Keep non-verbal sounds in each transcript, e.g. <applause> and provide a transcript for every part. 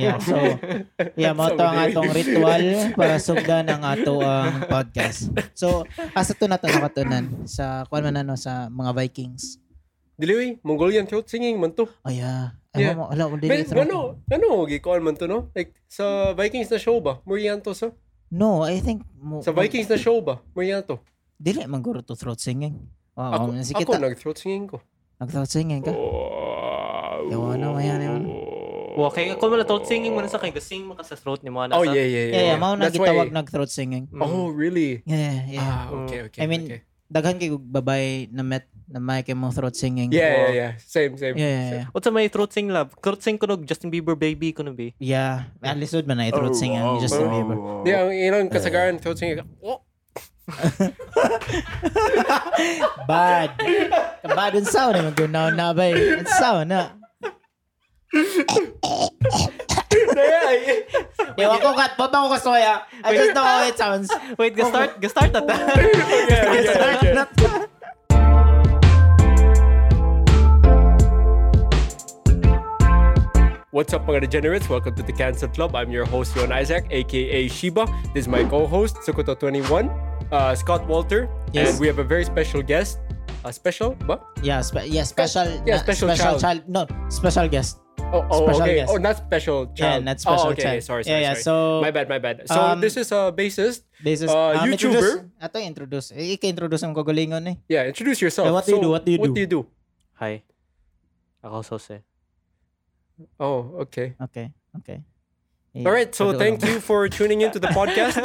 Yeah, so yeah, mo to ang atong ritual para sugdan ang ato ang podcast. So, asa to nato nakatunan sa kuan man ano sa mga Vikings. Diliwi, Mongolian throat singing man to. Oh yeah. Yeah. Ay mo ala mo Ben, dili throat. ano, ano, gikoan man to, no? Like, sa Vikings na show ba? Morianto sa? No, I think mo, Sa Vikings na show ba? Morianto. dili man guro to throat singing. Oo, Ako, oh, sige ako Oh, ta. nag-throat singing ko. Nag-throat singing ka. Ewan na, maya na yun. Wa kay ako mala throat singing man sa kay gasing maka sa throat ni mo na Oh, yeah, yeah, yeah. Yeah, yeah, mao na That's gitawag why- nag-throat singing. Oh, really? Yeah, yeah. Ah, okay, okay. I mean, okay. daghan kay kog babay na met na may kay mo throat singing. yeah, yeah, yeah. Same, same. Yeah, yeah, yeah. What's my throat sing love? Throat sing kunog Justin Bieber baby kuno be. Yeah, at least man na Oh, throat singing just to be Di, ang ilang kasagaran, throat <laughs> singing. Oh, Bad. Bad and sound naman kung naon na ba eh. Ang sound na. Ewan ko kat, ba't ako kasoya? I just know how it sounds. Oh, Wait, ga start, ga start ata. <laughs> What's up mga degenerates? Welcome to the Cancer Club. I'm your host, Yon Isaac, aka Shiba. This is my co-host, Sukuto21, uh, Scott Walter. Yes. And we have a very special guest. A special? Ba? Yeah, spe- yeah special, Yeah, na- special child. No, special guest. Oh, oh Special okay. guest. Oh, not special Yeah, child. not special oh, okay. child. Sorry, sorry, yeah, yeah. sorry. So, my bad, my bad. So um, this is a bassist. this is, uh, um, YouTuber. introduce- Ato, introduce. Eh, Ika-introduce ang kagalingon eh. Yeah, introduce yourself. Yeah, what do So, you do? What do you What do? do you do? <laughs> Hi. Ako Jose. Oh, okay. Okay, okay. Eh, All right, so kagalingon. thank you for tuning into the <laughs> podcast.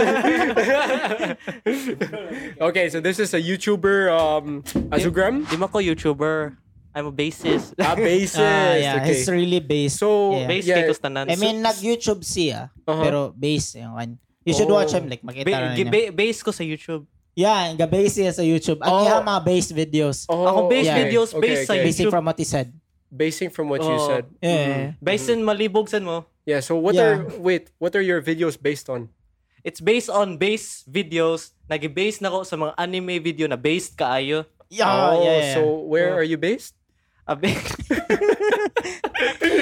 okay, so this is a YouTuber, um, Azugram, Di ma ko YouTuber. I'm a <laughs> bassist. a bassist. <laughs> Ah, yeah, okay. it's really based. So, Yeah. Bass yeah, kay tanan. I mean, nag-YouTube siya, Uh-huh. pero based yung one. You should Oh. watch him, like, makita Ba- na gi- ninyo. ba- base ko sa YouTube. Yeah, ang base niya sa YouTube. Ang Oh. iya mga base videos. Oh, Ako base yeah. videos, Okay, base sa okay. Basic YouTube. from what he said. basing from what you Oh. said. Mm-hmm. Yeah. Based in malibog san mo. Yeah, so what Yeah. are wait, what are your videos based on? It's based on base videos. Nag-base na ko sa mga anime video na based kaayo. Ah, Yeah, yeah, yeah. Oh, so where Oh. are you based? A <laughs> base,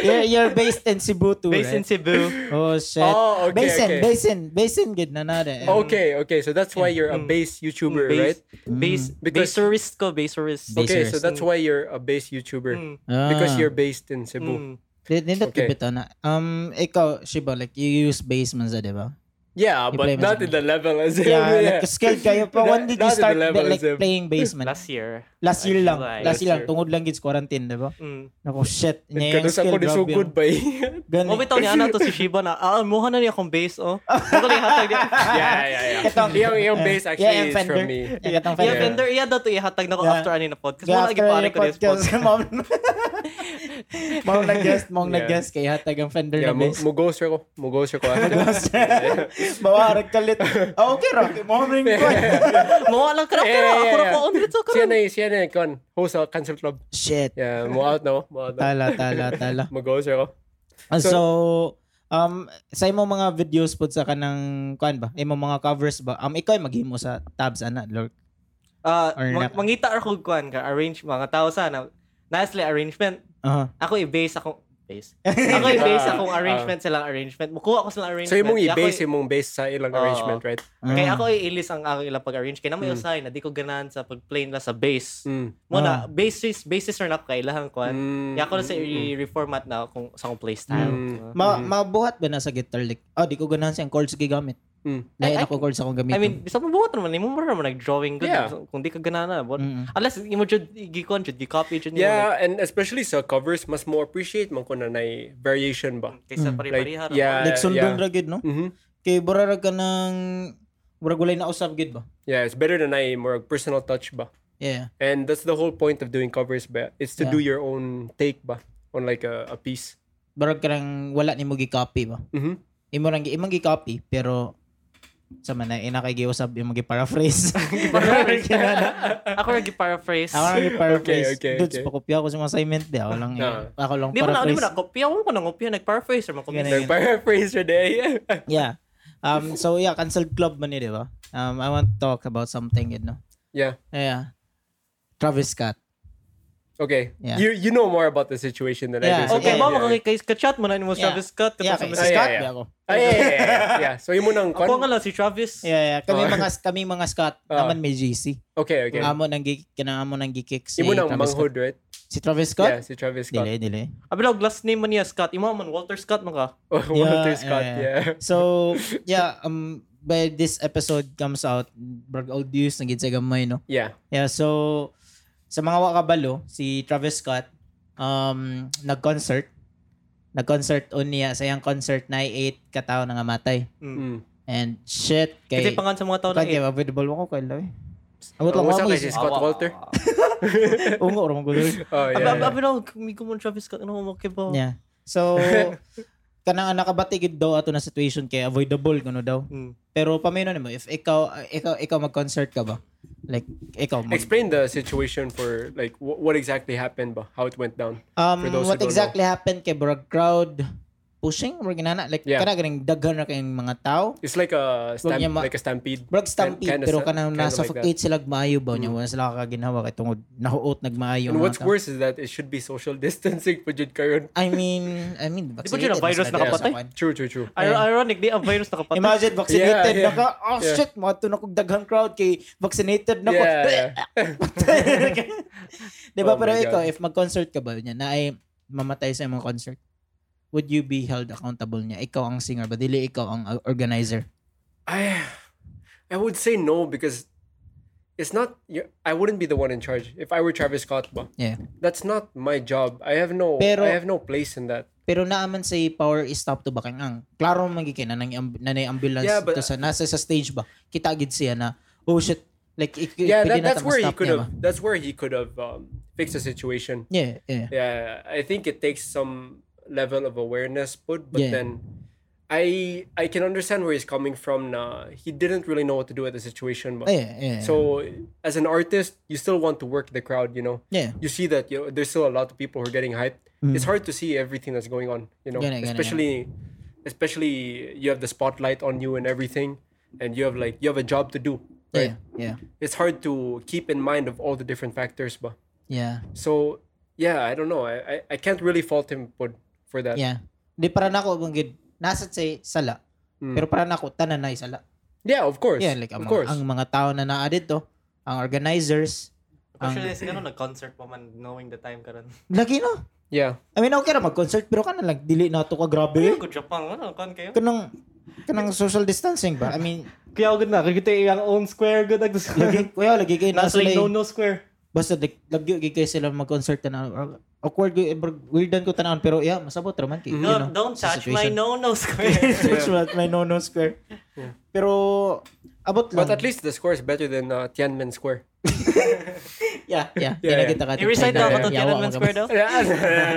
you're, you're based in Cebu too, based in right? Cebu. Oh, shit. Oh, okay, Oh, Basin, okay. basin, basin good na nare. Okay, okay. So that's why you're a Mm. bass YouTuber, right? Mm. Base, Mm. base, Because- baserist ko, baserist. Base- Okay, Basers. so that's Mm. why you're a bass YouTuber Mm, because you're based in Cebu. mm. Nindot Okay. okay. Ah. na. Um, ikaw, Shiba, like, you use bass man sa, di ba? Yeah, You but play in not Cebu. in the level as him. Yeah, <laughs> yeah. like, skilled kayo. But when did <laughs> you Not- not start, in the level like, as in- playing bass man? Last year. Last year lang. July. Last Last year lang. year. Tungod lang kids quarantine, di ba? Mm. Naku, shit. Niya yung Kanus skill, ako ni grabe Sugod yun. <laughs> ba eh? Ganun. Mo bitaw Oh, ni ana to si Shiba na aalmuhan na niya akong base oh. Ako ni hatag <laughs> niya. yeah, yeah, yeah. Itong- yung, yung eh, bass actually yeah, yung is from Fender. me. Yeah, katang Yeah, Fender. vendor iya daw to ihatag na ko Yeah. after ani na podcast. Yeah, Wala lagi pare ko this podcast. <laughs> podcast. Mom, <laughs> mom nag-guest, mom Yeah. nag-guest kay hatag ang Fender Yeah, na mu- <laughs> bass. mugoser ko. Mugoser <laughs> ko <laughs> after. Bawarag kalit. Oh, okay, Rocky. Mom ring <laughs> ko. Mo lang ka pero Yeah, yeah, ako ra yeah. ko on dito Siya karon. na, siya na, kon. ano eh, Host sa Cancel Club. Shit. Yeah, mo out na ko. Mo out na. Tala, tala, <laughs> tala. Mugoser ko. Ah, So, um, sa imo mga videos po sa kanang, kuan ba? Imo mga covers ba? Um, ikaw ay maghimo sa tabs, ana, Lord. Ah, Or na- mag- mangita ra ko kuan ka arrange mga tao sana. Nicely arrangement. Aha. Ako i-base akong <laughs> base. Ako i-base Ah, akong ah. arrangement silang arrangement. Mukuha ko silang arrangement. So yung mong Kaya ako i-base, yung mong base sa ilang Oo. arrangement, right? Ah. Mm. Kaya ako i-ilis ang ako ilang pag-arrange. Kaya naman yung sign na di ko ganahan sa pag-play na sa bass. Mm. Muna, basis, basis or not kailangan ko. an. Mm. Kaya ako na sa i-reformat na kung sa akong playstyle. Mm. Diba? Ma mabuhat ba na sa guitar lick? Oh, di ko ganahan siyang chords gigamit. Mm. Lain Ay, ay- ako chords akong I gamitin. mean, bisa mo buhat naman. Imo mo naman nag-drawing ko. Yeah. Kung di ka ganana. But, Mm-mm. Uh, Unless, imo jud gikon, jud gicopy, jud nimo, Yeah, and especially sa covers, mas mo appreciate man ko na na variation ba. like, Kaysa Mm. pare-pareha. Like, yeah. like, sundon yeah. ra gid, no? Mhm. Kay burarag ka ng burag walay na usab gid ba? Yeah, it's better than I more personal touch ba. Yeah. And that's the whole point of doing covers ba. It's to Yeah. do your own take ba on like a, a piece. Burag ka ng wala nimo gi-copy ba? Mhm. Imo lang gi- imong gi-copy pero sa man na ina kay giusab <laughs> imong gi-paraphrase. Paraphrase. Kinana. Ako ra gi-paraphrase. Ako lang gi-paraphrase. Okay, okay, Dudes, okay. pakopya ako sa mga assignment di ako lang. eh, Ah. Ako lang Di mo na, di paraphrase. mo na, kopya. Huwag ko na kopya. Nag-paraphrase. or mag-copy. <laughs> Ganun. Nag-paraphrase today. Yeah. Um, so yeah, canceled club man yun, di ba? Um, I want to talk about something, you know? Yeah. Yeah. Travis Scott. Okay. Yeah. You you know more about the situation than I Yeah. do. so Yeah. Okay, ba yeah. mo kay kay chat mo na ni mo Yeah. Travis Scott Yeah, kato kay sa Ah, Scott yeah, yeah, yeah. ako. Ah, yeah, yeah, yeah, yeah. So yun mo nang Ako kwan. nga lang si Travis. Yeah, yeah. Kami Oh. mga kami mga Scott, Ah. naman may GC. Okay, okay. Amo nang gig kinaamo nang gikik Um, si Yun mo nang Travis Scott. manghod, right? Si Travis Yeah, Scott? si Travis Scott. <laughs> Dili, dili. Abi lang last name man niya Scott. Imo man Walter Scott man ka. Oh, Walter Yeah, Scott, yeah, yeah. So, yeah, um by this episode comes out, brag old news na gid sa gamay, no. Yeah. Yeah, so sa mga wakabalo, si Travis Scott um nag-concert. Nag-concert on niya sa iyang concert na 8 katao nga matay. Mm. And shit Kasi kay pangan sa mga tao na Kaya eh. available ako kay Loy. Awit lang Ang usap Oh, ako. kay si Scott Walter. Ungo ro mo guloy. Oh, Abi yeah. abi abi lang mi kumon Travis Scott ano mo kay ba. Yeah. So <laughs> kanang nakabatigid daw ato na situation kay avoidable kuno daw. Hmm. Mm. Pero paminaw nimo if ikaw ikaw ikaw mag-concert ka ba? Like ikaw mag- Explain the situation for like wh- what exactly happened, ba? how it went down. Um, For those who what don't exactly happened kay Burag crowd pushing or ginana like Yeah. kana ganing daghan ra kayong mga tao. It's like a Huwag niya stamp, ma- like a stampede. Burag stampede Kinda pero sa- kanang kinda nasa like Hmm. like sila maayo ba nya wala sila kaginawa kay tungod nahuot nagmaayo And ang mga what's tao. worse is that it should be social <laughs> distancing po jud karon. I mean, I mean, Di ba dyan vaccinated ang virus sila nakapatay? sa kwan. True, true, true. Ir- Ironic di ang virus nakapatay. Imagine vaccinated Yeah, yeah. na ka. Oh Yeah. shit, mga to na kog daghang crowd kay vaccinated na ko. Yeah. <laughs> <laughs> Di Oh ba pero my God. ikaw if mag-concert ka ba niya na ay mamatay sa imong concert? Would you be held accountable niya? Ikaw ang singer ba? Dili ikaw ang uh, organizer. I I would say no because it's not you- I wouldn't be the one in charge if I were Travis Scott. Ba? Yeah. That's not my job. I have no Pero- I have no place in that. Pero naaman say power is stop to bakin ang. Klaro man gikin na nang nanay ambulance Yeah, but- to sa nasa sa stage ba. Kita gid siya na oh shit like ik, Yeah, that, eh, pwede na that's ta where he ma-stop could niya have ba? that's where he could have um, fixed the situation. Yeah, yeah. yeah i think it takes some level of awareness put but Yeah. then i i can understand where he's coming from na he didn't really know what to do at the situation but Oh, yeah, yeah. so as an artist you still want to work the crowd you know yeah. you see that you know, there's still a lot of people who are getting hyped it's hard to see everything that's going on you know Gonna- gonna- especially especially you have the spotlight on you and everything and you have like you have a job to do right Yeah, yeah. it's hard to keep in mind of all the different factors but Yeah. so yeah, I don't know. I I, I can't really fault him for for that. Yeah. Di para nako banggid nasa say sala. Mm. Pero para nako tanan na sala. Yeah, of course. Yeah, like um, of ang, course. mga, ang mga tao na naa dito, ang organizers, ang Actually, siguro ano, nag-concert pa man knowing the time karon. lagi no. yeah. I mean, okay ra mag-concert pero kana lang dili na to ka grabe. Ko Japan ano kon kayo. Kanang kanang social distancing ba? I mean, Kaya ako na kita ang own square good ag. <laughs> lagi kuya lagi kay Nasa nasa like lay- no no square. basta like, lagi lagi kay sila mag-concert na awkward gyud, eh, bro, weirdan ko tanan pero yeah, masabot ra man kay. you know, No, don't sa touch my situation. no no square. <laughs> Touch my- my no no square. Pero abot lang. But at least the square is better than uh, Tiananmen <laughs> Square. <laughs> yeah, yeah. Yeah, yeah, yeah. kita ka. I-recite Yeah, daw ako to Yawa ka Tiananmen ba? Square daw.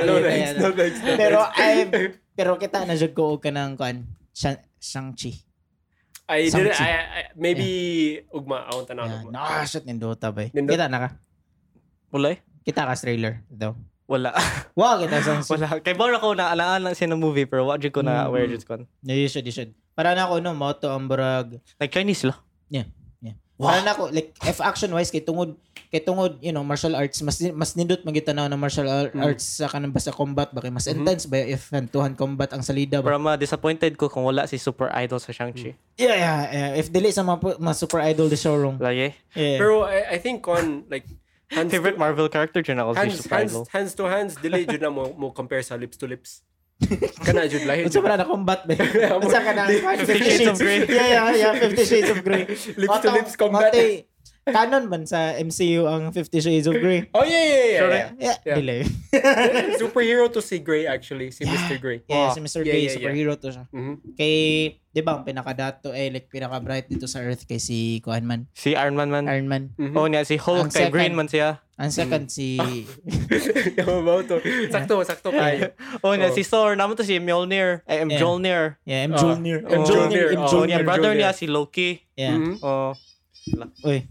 no thanks. No thanks. no pero thanks. I pero kita na jud ko og kanang kan Shang-Chi. I didn't. Shang-Chi. I, I maybe ugma. I want to Yeah. No, shit Ah, nindota ba. Nindot- Kita na ka. Wala eh? Kita ka sa trailer daw. Wala. <laughs> Wow, kita <gasps> sa Shang-Chi. Wala. Kay Bora ko na alaan lang siya ng movie pero wa jud ko na Mm. aware jud kon. No, you should, you should. Para na ako no mo to ang barag. Like Chinese sila. Yeah. Yeah. Wow. Para na ako like if action wise kay tungod kay tungod you know martial arts mas mas nindot magitanaw ng martial ar- arts sa kanang basta combat ba kay mas intense ba if hand to hand combat ang salida ba. Pero ma disappointed ko kung wala si Super Idol sa Shang-Chi. Yeah, yeah, yeah. If dili sa mga, pu- mga super idol the showroom. Lagi. Yeah. Pero I, I think on like <laughs> hands to, Favorite Marvel character dyan ako si hands, Super hands, Idol. hands to hands. <laughs> Delay jud na mo mo compare sa lips to lips. Kana jud lahi. Unsa jud. ba na combat <laughs> ba? <laughs> Unsa ka na? Fifty Shades of Grey. Yeah, yeah, yeah. Fifty Shades of Grey. <laughs> Lips to lips combat. Matay, canon man sa MCU ang Fifty Shades of Grey. Oh yeah, yeah, yeah. yeah. Yeah, Yeah. delay. Superhero to si Gray actually, si Mr. Gray. Yeah, Wow. si Mr. Yeah, Grey, yeah, yeah. superhero to siya. Mhm. Kay, di ba, ang pinakadato, eh, like, pinaka-bright dito sa Earth kay si Kuan Man, Si Iron Man man. Iron Man. Mhm. <laughs> Oo niya, si Ang Hulk kay second- Green man <laughs> siya. Ang second si, Yung about to. Sakto, sakto kayo. Oo Oh, niya, Oo. si Thor. Naman to si Mjolnir. Eh, Oh. Yeah. Mjolnir. yeah, M. Ah, Jolnir. M. Oh. Jolnir, M. oh. Oo Jolnir. niya, Mjolnir, brother Mjolnir. niya si Loki. Oh. Yeah. Mhm. Oo. Uy.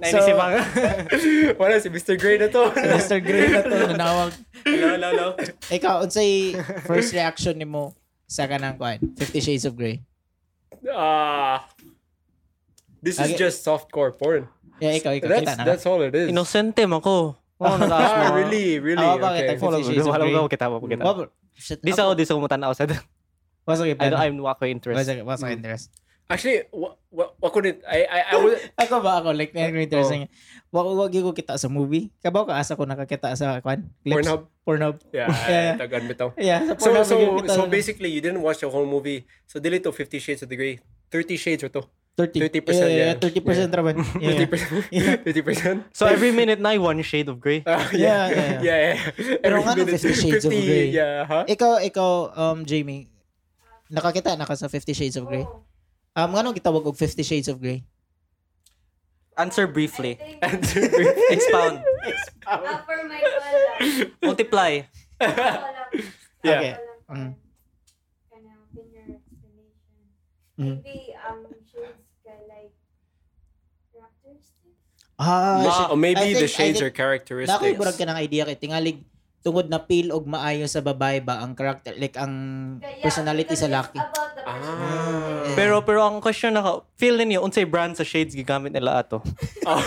Nainisip So- ang... <laughs> Wala si Mr. Gray na <laughs> to. Si <laughs> Mr. Grey na to, nanawag. Hello, hello, hello. Ikaw, unsay first reaction ni mo sa kanang kwan. 50 Shades of Grey. Ah. This is Okay. just softcore porn. Yeah, ikaw, ikaw. That's kita na. that's all it is. Inosente man ko. <laughs> Oh, nataas Ah, mo. Oh, really, really. Ako ba, okay. kita- Follow me, Shades of Grey. Wala ko kita, wala ko kita. Oh, bro. Shit. Di sa ako, di sa kumutanaw sa Wasok I ipan. don't, I'm not quite Wasok interested. wasok interest. Actually, what what couldn't I I I <laughs> was Ako ba ako? Like, na oh. interesting. Wag, wag ko kita sa movie. Kabaw ka asa ko nakakita sa kwan? Clips? Pornhub. Pornhub. Yeah, <laughs> Yeah. tagan bitaw. Yeah, sa So Pornhub. so gyud kita so sa- basically, you didn't watch the whole movie. So dili to 50 Shades of the Grey. 30 Shades or to. 30. 30%, Yeah, yeah, yeah. 30% raman. <laughs> Yeah. 30%. Yeah. 30%. So every minute na, one shade of gray. Ah, <laughs> Yeah, <laughs> yeah, yeah. yeah, yeah. Pero Every nga no, minute, 50 Shades of 50, Grey. Yeah, huh? Ikaw, ikaw, um, Jamie, nakakita na ka sa 50 Shades of Grey? Um, nga nung gitawag og 50 Shades of Grey? Answer briefly. Ah, Answer <laughs> Expound. Upper Michael lang. <laughs> Multiply. Michael lang. <laughs> Yeah. Okay. Mm-hmm. Mm. Michael lang. Kana, within your explanation. Mm. Maybe, um, shades ka like characteristic? Ah, <laughs> Ma- shit. or maybe I the think- I shades think- are characteristics. Nakoy burag <laughs> ka ng idea kay tingalig tungod na pil og maayo sa babae ba ang character like ang Kaya, Mm. personality because sa laki. it's about the Ah. personality. Pero pero ang question naka, feel ninyo unsay brand sa shades gigamit nila ato? Oh.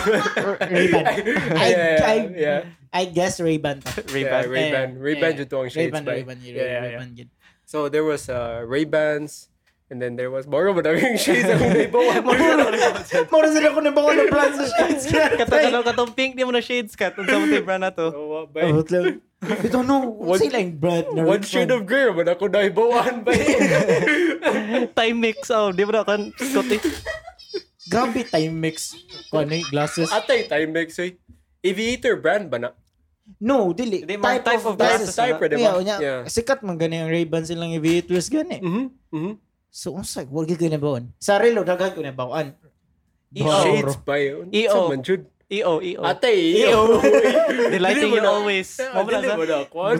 Ray-Ban. I, <laughs> yeah, I, yeah. I guess Ray-Ban. ta. Yeah, Ray-Ban. Ray-Ban. Yeah, Ray-Ban yeah. yeah. ang shades. Ray-Ban, ba? Ray-Ban, Ray-Ban, Yeah, yeah, yeah. Ray-Ban. gid. So there was uh, Ray-Bans, and then there was Borgo Madaming shades. Ang may bawa. Mao ra sila ko nang bangon ng plan sa shades. Katong ano katong pink di mo na shades kat unsa mo tay brand ato? Bawa, ba? Oh, lang. Ito no, <laughs> One- sila yung brand na One shade of grey man ako na ibawaan ba? Time mix oh, di mo na kan Scottish. Grabe time mix. Kung ano yung glasses. Atay time mix oy. Aviator brand ba na? no, dili. Di, mga type of glasses. Type na. pwede Yeah, ba? unya, Yeah. sikat man gani ang Ray-Ban silang aviators gani. Mm-hmm. Mm-hmm. So, unsa, wag gyud ko na baon. Sa relo daghan ko na baon. Oh. <laughs> Shades ba yun? Sa EO. man, Jud? EO EO. Atay, EO. E Delighting Ah, Dili mo you na- always. Ah, Mo na Dili sa mo na kwan.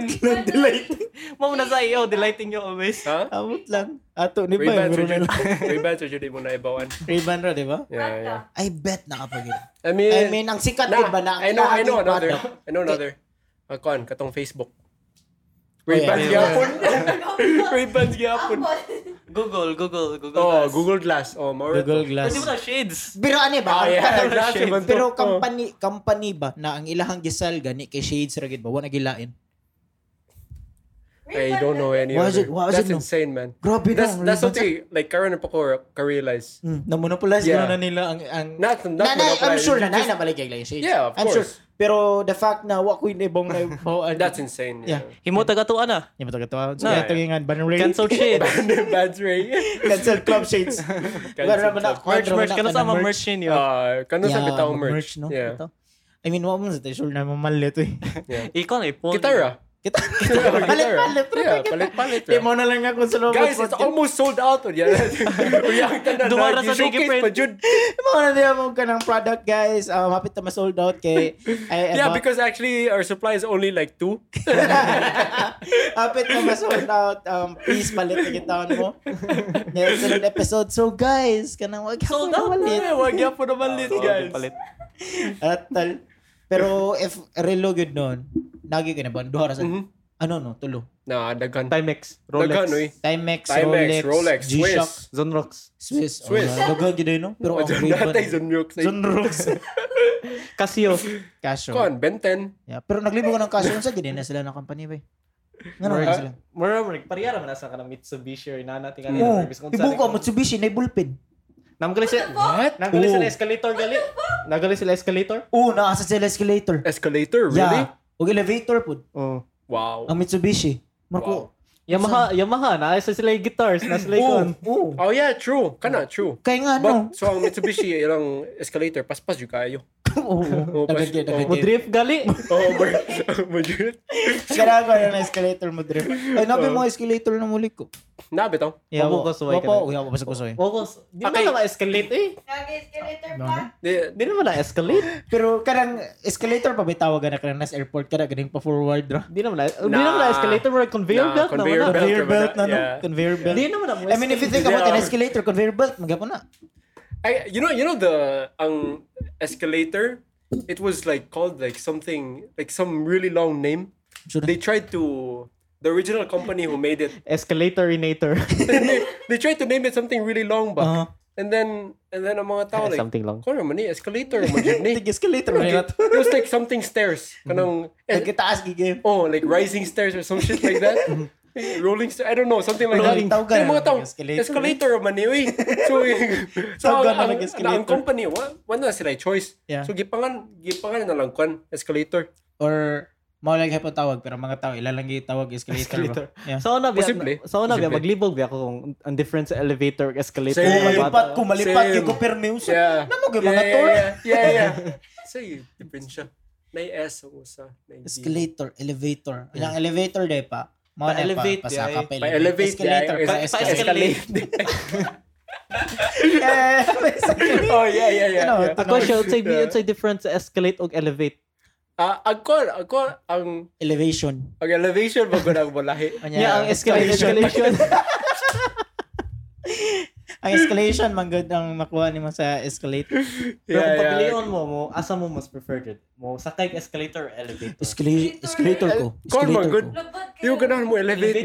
mo na sa EO delighting you always. Ha? Amot lang. Ato ni ba? Ray-Ban meron surgery. na lang. Ray-Ban surgery mo na ibawaan. Ray-Ban ra, di ba? Yeah, yeah. I bet nakapagin. I mean, I mean, ang sikat Nah, na, ba na? I know, I know na- another. na- I know another. Uh, kon, katong Facebook. Ray-Bans yeah. gyapon. Ray-Bans gyapon. Google Google <laughs> Google. Oh, Glass. Google Glass. Oh, more. Google Pwede mo Glass. na shades. Pero ano ba? Ah, Ang yeah, kanang glass shades. naman to. Pero Oh. company, company ba na ang ilahang gisal gani kay Shades ra gid ba? Wa na gilain. I don't know any Why is other. it- why is That's it no? insane, man. Grabe That's na. ang that's Ray-Ban sa- something like karon pa ko ka-realize. Hmm, na-monopolize Yeah. na nila ang... ang Not not na, na, I'm monopolize, sure na just- na nabaligay lang yung shades. Yeah, of I'm sure. course. Pero the fact na wa ko yung <laughs> ibang ano. na bawaan. That's insane. Yeah. Yeah. Himo taga tuwa na. Hindi mo tagatawa. So, No. ito yung ah. nga, ban rate. Cancel <laughs> shades. Bans Ray. <laughs> Cancel club <laughs> shades. <laughs> Wala naman na. Merch wala merch naman kana na- sa mga na- merch ninyo. Ah, kano sa Yeah, bitaw mag- merch? no? Yeah. Ito. I mean, wa mo sa tayo. Sure na <laughs> mamali ito eh. Ikaw na ipon. Gitara. Kita. Gitara. <laughs> Palit-palit. Yeah, palit-palit. Di mo na lang ako sa loob. Guys, it's almost sold out. Yeah. <laughs> Uyang tanan. Dumara sa showcase Digifriend. pa, Jud. Mga na di mo ka ng product, guys. Um, hapit na ma-sold out kay... I, I Yeah, bought- <laughs> because actually our supply is only like two. Hapit na ma-sold out. Um, please, palit na gitaon mo. Ngayon, sunod episode. So, guys, kanang wag ako Sold out malit. Eh, Wag yan po Ah, naman lit, Oh, guys. palit. At tal. Pero, if relo yun nun, nagi ka na ba? Duha ra sa... Mhm. Ano no? Tulo. Nah, daghan. Timex, Daghan, uy. Rolex, Timex, Timex, Rolex, G-Shock, Swiss. Zonrox, Swiss. Swiss. Oh, Daghan gid no? Pero ang Dyan grade ba? natay Zunrux. Sunrox. Casio. <laughs> Casio. Kuan, Ben 10. Yeah. Pero naglibo ka ng Casio. Unsa gid na sila ng company ba? Ngano Ah, na sila? Mura mo rin, pariyara mo nasa ka ng Mitsubishi or inana, tingnan Oh, nila. Oh, ibo ko Mitsubishi na bullpen. Namgali sila, What? namgali Oh. sila escalator gali. Namgali sila escalator. Oh, naasa sila escalator. Escalator, really? Yeah. Um, Og elevator pud Oh. Wow. ang Mitsubishi. Marco. Yamaha, Yamaha, naayos na sila yung guitars, na sila yung... Oh. Oh yeah, true. Kana, true. Kaya nga no. But, so ang Mitsubishi, <laughs> ilang escalator, paspas yung kayo. <laughs> Oo. Oh, Daghan pas- gid, oh. daghan Mo gid. drift <laughs> gali. Oh, bro. Majud. <laughs> Grabe na escalator mo dre. Ay nabi mo escalator na muli ko. Nabi tong. Wapo ko, suway ka na. Wapo, uyaw ko ko suway. Wako, di Okay. naman naka-escalate eh. Nag-escalator No, pa. no. Di- Di naman na-escalate. Pero karang escalator pa bitaw ka na karang nas airport ka na ganing pa forward ra. Di naman na, di Nah. naman na-escalator, mura conveyor Nah, belt conveyor naman na. belt. Conveyor ka ba belt na? na no. Yeah. Conveyor belt. Di naman na mo I mean, if you think Yeah. about an escalator, conveyor belt, magapo na. I, you know, you know the ang escalator. It was like called like something like some really long name. Sure. They tried to the original company who made it, <laughs> Escalatorinator. they, they tried to name it something really long ba? Uh-huh. Oo. And then and then ang mga <laughs> tao like, Something lang. Corner man ni escalator man jud ni. Tig-escalator na yun. It was like something stairs. Kanang Nagkitaas gigim. oh, like rising stairs or some shit <laughs> like that. Rolling stairs, I don't know, something like Rolling that. tawag ka Yung mga na, tao, escalator. escalator, man ni, <laughs> uy. So, so Tawag ka na ang, ang, nag-escalator. na, ang company, wa, wala na sila choice. Yeah. So, gipangan, gipangan na lang kwan, escalator. Or mao lang hapon tawag pero mga tao ilalanggi tawag escalator. Escalator. ba? Yeah. So na biya, Posible. so na biya Posible. maglibog biya ko kung ang difference sa elevator ug escalator. Same. Mga Malipat bata. ko, malipat Same. yung kopirme yung sa... Yeah. Namo Yeah, kayo mga yeah, tol. yeah, yeah, yeah. <laughs> So, yun, different siya. May S ang usa. may D. Escalator, elevator. Yung elevator day pa. Mga na pa, Pa-elevate, pasa yay. ka pa Pa elevate. Escalator, yeah, pa es- escalator. escalate. Yeah, escalator. <laughs> oh, yeah, yeah, yeah. Ano, yeah. Ako siya, unsay unsay difference sa escalate ug elevate. Ah, ako, ako, ang, <laughs> Elevation. ang elevation ba ko ang balahi? Kanya, Yeah, ang escalate escalation. <laughs> ang escalation, manggod ang makuha ni mo sa escalator. Pero kung Yeah, yeah. pagpilion mo mo, asa mo mas preferred it? Mo sakay ka escalator or elevator? Escalator, escalator ko. Call mo, Escalator good. ko. Labot kayo. Yung ganahan mo, elevate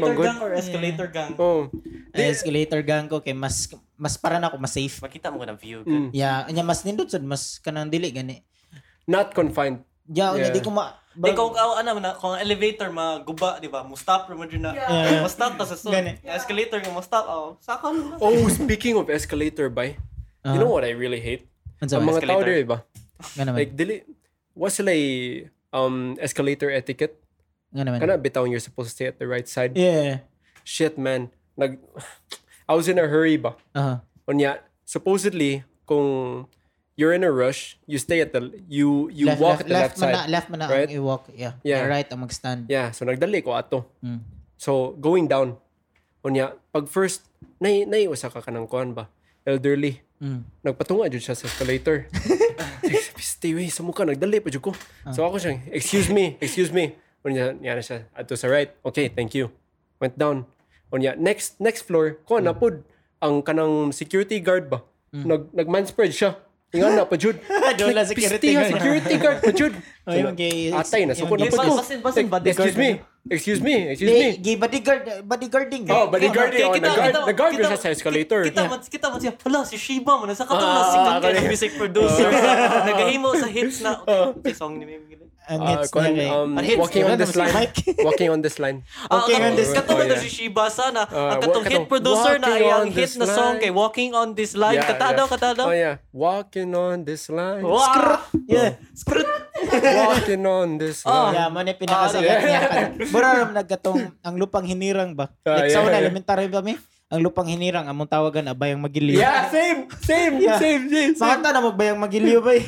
Elevator man good. gang or escalator gang? Oh. Ang escalator gang ko kay mas mas para na ako mas safe. Makita mo ko ng view. Mm. Yeah, nya mas nindot sad mas kanang dili gani. Not confined. Yeah, Yeah. yeah. di ko ma Di ko ako ano na kung ang elevator maguba, di ba? Mo stop mo din na. Yeah. Mo stop ta sa sun. Gani. Escalator nga mo stop ako. Sakal na. Oh, speaking of escalator, bay. You know what I really hate? Ano sa Ah. Ang mga tao escalator. diri ba? Ah, Nga naman. Like dili what's sila eh, um escalator etiquette? Nga naman. Kana bitaw you're supposed to stay at the right side. Yeah. Shit, man. Nag I was in a hurry ba. Aha. Unya, supposedly kung you're in a rush, you stay at the you you Left, walk left, at the left, left man side. na, left man na right? ang i-walk. Yeah. Yeah. You're right ang mag-stand. Yeah, so nagdali ko ato. Mm. So going down. Unya, pag first nay nay usa ka kanang kuan ba? Elderly. Mm. nagpatunga jud siya sa <laughs> escalator. Piste, wey, sa mukha, nagdali pa jud ko. Ah. So ako siya, excuse me, excuse me. O niya, niya na siya, ato sa right. Okay, thank you. Went down. O niya, next, next floor, ko Mm. na pod ang kanang security guard ba? Nag, nag-manspread siya. Ingan na pa jud. <laughs> Doon lang Like, security piste guard. ha, security guard pa <laughs> jud. Oh, yung gay- Atay, nasukod na yung po gay- ko. Basin, basin, Like, bodyguard Excuse me, ano? na excuse me, excuse me. Gay, gay bodyguard, bodyguarding. Oh, bodyguard eh. Okay, Oh, kita- nag-guard, kita- nag-guard kita- siya sa escalator. Kita mo, kita mo siya, hala, si Shiba mo, nasa Ah, katulad, si Kaka, okay. music <laughs> producer. Nagahimo sa hits na, Oh. okay, song ni Mimi. Ang Ah, hits kuan, niya kay. um, Ang hits, walking on wala this naman si line. <laughs> Mike. walking on this line. Okay, Ah, on this- Katong oh, yeah. na si Shiba sana. Ah, ang katong wa- hit katong producer na walking ayang on hit this na song line. kay Walking on This Line. Kata daw, kata daw. Oh, yeah. Walking on this line. Wow! Yeah. Skrrt! <laughs> Walking on this Oh. line. Yeah, mo na Ah, pinakasakit yeah. niya. <laughs> Buraram nagkatong ang lupang hinirang ba? Ah, Like sa yeah, una, yeah. elementary ba mi? Ang lupang hinirang, among tawagan, abayang magiliw. Yeah, same, same, Yeah. same, same. same. Makanta na magbayang <laughs> magiliw ba eh.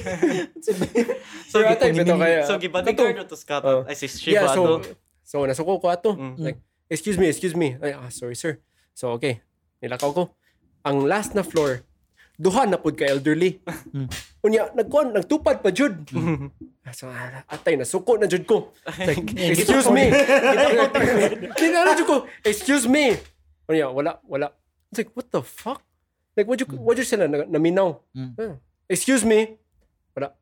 So, Pero atay, gi- bitaw kaya. so gibodyguard Oh. to Scott. Ay, si Shiba. Yeah, so, to. so nasuko ko ato. Mm. Like, excuse me, excuse me. Ay, ah, sorry, sir. So, okay. Nilakaw ko. Ang last na floor, duha na pud ka elderly. <laughs> Unya, nagkuan, nagtupad pa jud. So, ah, atay, nasuko na jud ko. Like, excuse me. Tinara jud ko, excuse me. Unya, wala, wala. It's like, what the fuck? Like, what you, what you sila, na- naminaw? Mm. Ah, Excuse me. Wala.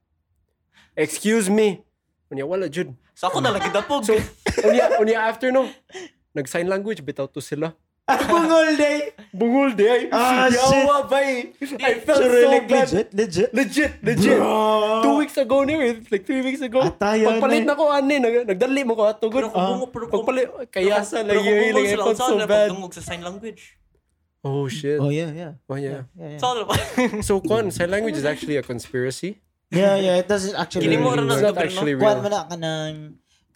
Excuse me. Unya, wala jud. So, ako na lagi dapog. So, unya, unya after no, nag-sign language, bitaw to sila. Bungol day. Bungol di ay. Ah, shit. Yawa, bay. I felt Sure, so like, bad. legit, legit. Legit, legit. Bro. Two weeks ago ni, like three weeks ago. Atayan Pagpalit na na ko, ani, nag- nagdali mo ko ato. Good. Pero kung bungo, pero Ah, kung- Pagpalit, kaya sa like, Pero kung yun, bungol like, I sila, felt saan so na bad. pagdungog sa sign language. Oh, shit. Oh yeah, yeah. Oh, yeah. Yeah, yeah. Saan na ba? So, Kwan, sign language is actually a conspiracy. yeah, yeah, it doesn't actually. Hindi mo rin It's ang not gobyerno. actually Kuan mo real. na ka ng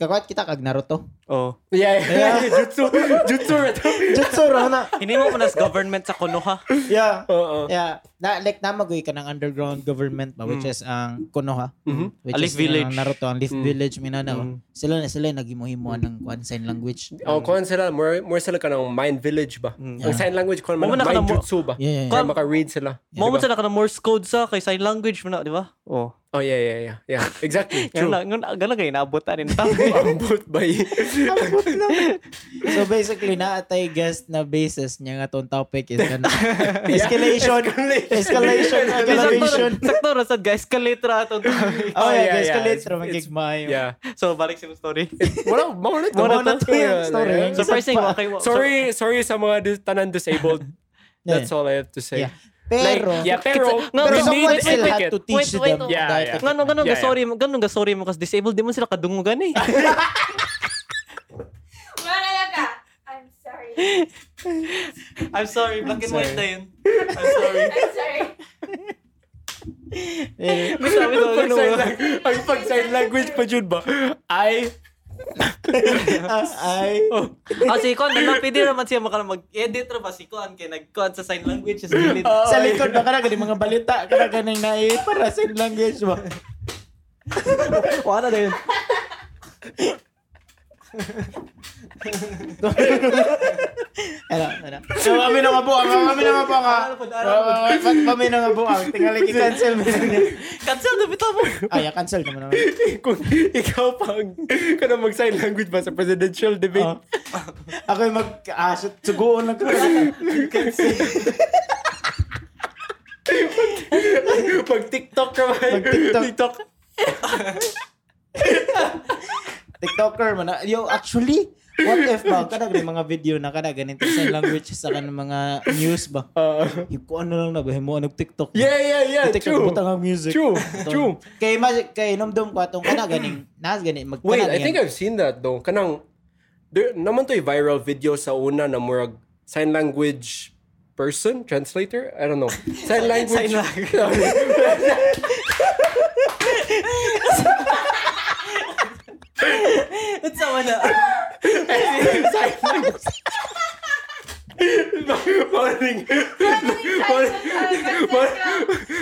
Kakuan kita <laughs> kag Naruto. Oh. Yeah, yeah. <laughs> Jutsu. Jutsu. <laughs> Jutsu ra na. Hindi mo manas government sa <laughs> Konoha. Yeah. Oo. Yeah, na, like namagoy ka ng underground government ba, Mm. which is ang Konoha. Mm-hmm. Which Alif is Village. Ang Naruto, ang Leaf Village, Mindanao. Mm. Sila na sila nagimuhimuan ng kuan sign language. <laughs> Oh, kuhan sila, more, more sila ka ng mind village ba? Ang sign language, kuhan mo Muna na ka na mind mo- jutsu ba? Mm. Yeah, yeah, yeah. Kaya maka-read sila. Mo mo Diba? sa naka na Morse code sa kay sign language mo na, di ba? Oh. Oh, yeah, yeah, yeah. Yeah, exactly. <laughs> True. True. <laughs> Ganun lang, ganun lang kayo naabutan. <laughs> Ang ambot ba eh? Ang putlo. so basically, naatay guest na basis niya nga tong topic is <laughs> ano, escalation. Escalation. Escalation. Sakto ra sad guys, kalitra Oh, ato. Oh, yeah, yeah, yeah. escalator. It's- it's- Magigmayo. Yeah. So balik sa story. Wala, mawala ito. Mawala na to yung story. Surprising Isa pa. okay. wa- Sorry, sorry sa mga dis- tanan disabled. <laughs> Yeah. That's all I have to say. Yeah. Pero, like, yeah, pero, No, pero we no, someone need wait, still had etiquette. to teach Wait, wait, them. wait. Yeah, yeah. diet etiquette. Ngano ngano Yeah, ga sorry, mo- ngano ga sorry mo kas disabled di man sila kadungugan eh. <laughs> Wala talaga. I'm sorry. <laughs> I'm sorry, black and white na yun. I'm <laughs> sorry. <laughs> I'm <laughs> sorry. <laughs> Eh, Sabi daw Pag sign ganun. lang- Ang pag sign language pa Jud ba? I, Ay. Ah, si Kwan, nalang pwede naman siya makala mag-edit ra ba si Kwan kay nag-Kwan sa sign language is delete. sa likod ba ka mga balita ka na ganang para sa language mo. <laughs> Wala na yun. <laughs> Ano, ano. So, kami na nga buang. Kami na nga buang ha. Kami na nga buang. Tingali i-cancel mo. Cancel na bitaw mo. Ay, ah, cancel ka mo naman. kung ikaw pa ang, ka na mag sign language ba sa presidential Oh. debate? Ako yung mag... Ah, su- suguon lang ko. Pag TikTok ka ba? Pag <laughs> TikTok. TikTok. TikToker mo na. Yo, actually, what if ba? Kada ganyan mga video na kada ganito sa language sa kanang mga news ba? Ah. Yung kung ano lang na ba? Himo anong TikTok. <laughs> yeah, yeah, yeah. Yung TikTok, True. butang ang music. True. Ito. True. Kay, ma- kay Nomdom ko atong kana ganing. Nas ganing. Magkana Wait, I think I've seen that though. Kanang there naman to viral video sa una na murag sign language person translator. I <laughs> don't know. Sign language. <laughs> Sign language. At sama na. sign language. <laughs> Morning. Morning.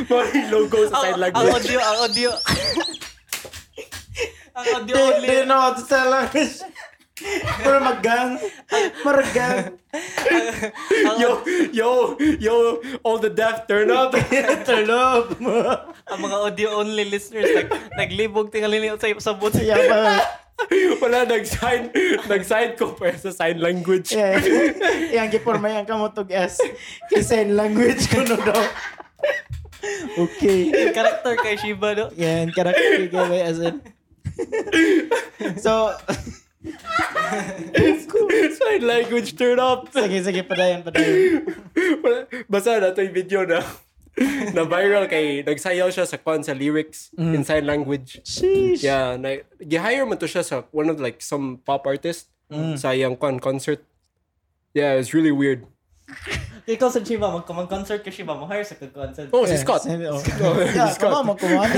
Morning logo sa sign Ang language. audio, ang <laughs> audio. Ang audio Do, only. do you know how to sell <laughs> language? Pero maggang. Maragang. Yo, yo, yo, all the deaf turn up. Tulog mo. Ang mga audio only listeners nag naglibog tingali nila sa sa boots. Yeah, pa. <laughs> Wala nag-sign, nag-sign compare sa sign language. Yeah. Iya, Yang giporma yang kamo tog S. Kay sign language ko no daw. Okay. Character kay Shiba no. Yan, Iya, character giveaway as <laughs> in. so, <laughs> <laughs> sign language turn up. sige, sige, padayon, padayon. <laughs> Wala- Basta na ito yung video na na viral kay nagsayaw siya sa kwan sa lyrics Mm. in sign language. Sheesh. Yeah, na, gihire mo to siya sa one of like some pop artist Mm. sa iyang kwan concert. Yeah, it's really weird. Ikaw sa Shiba magkamang concert kay Shiba mo hire sa concert. Oh, si Scott. Sabi, oh. <laughs> Yeah, Yeah, kamo mo kumon.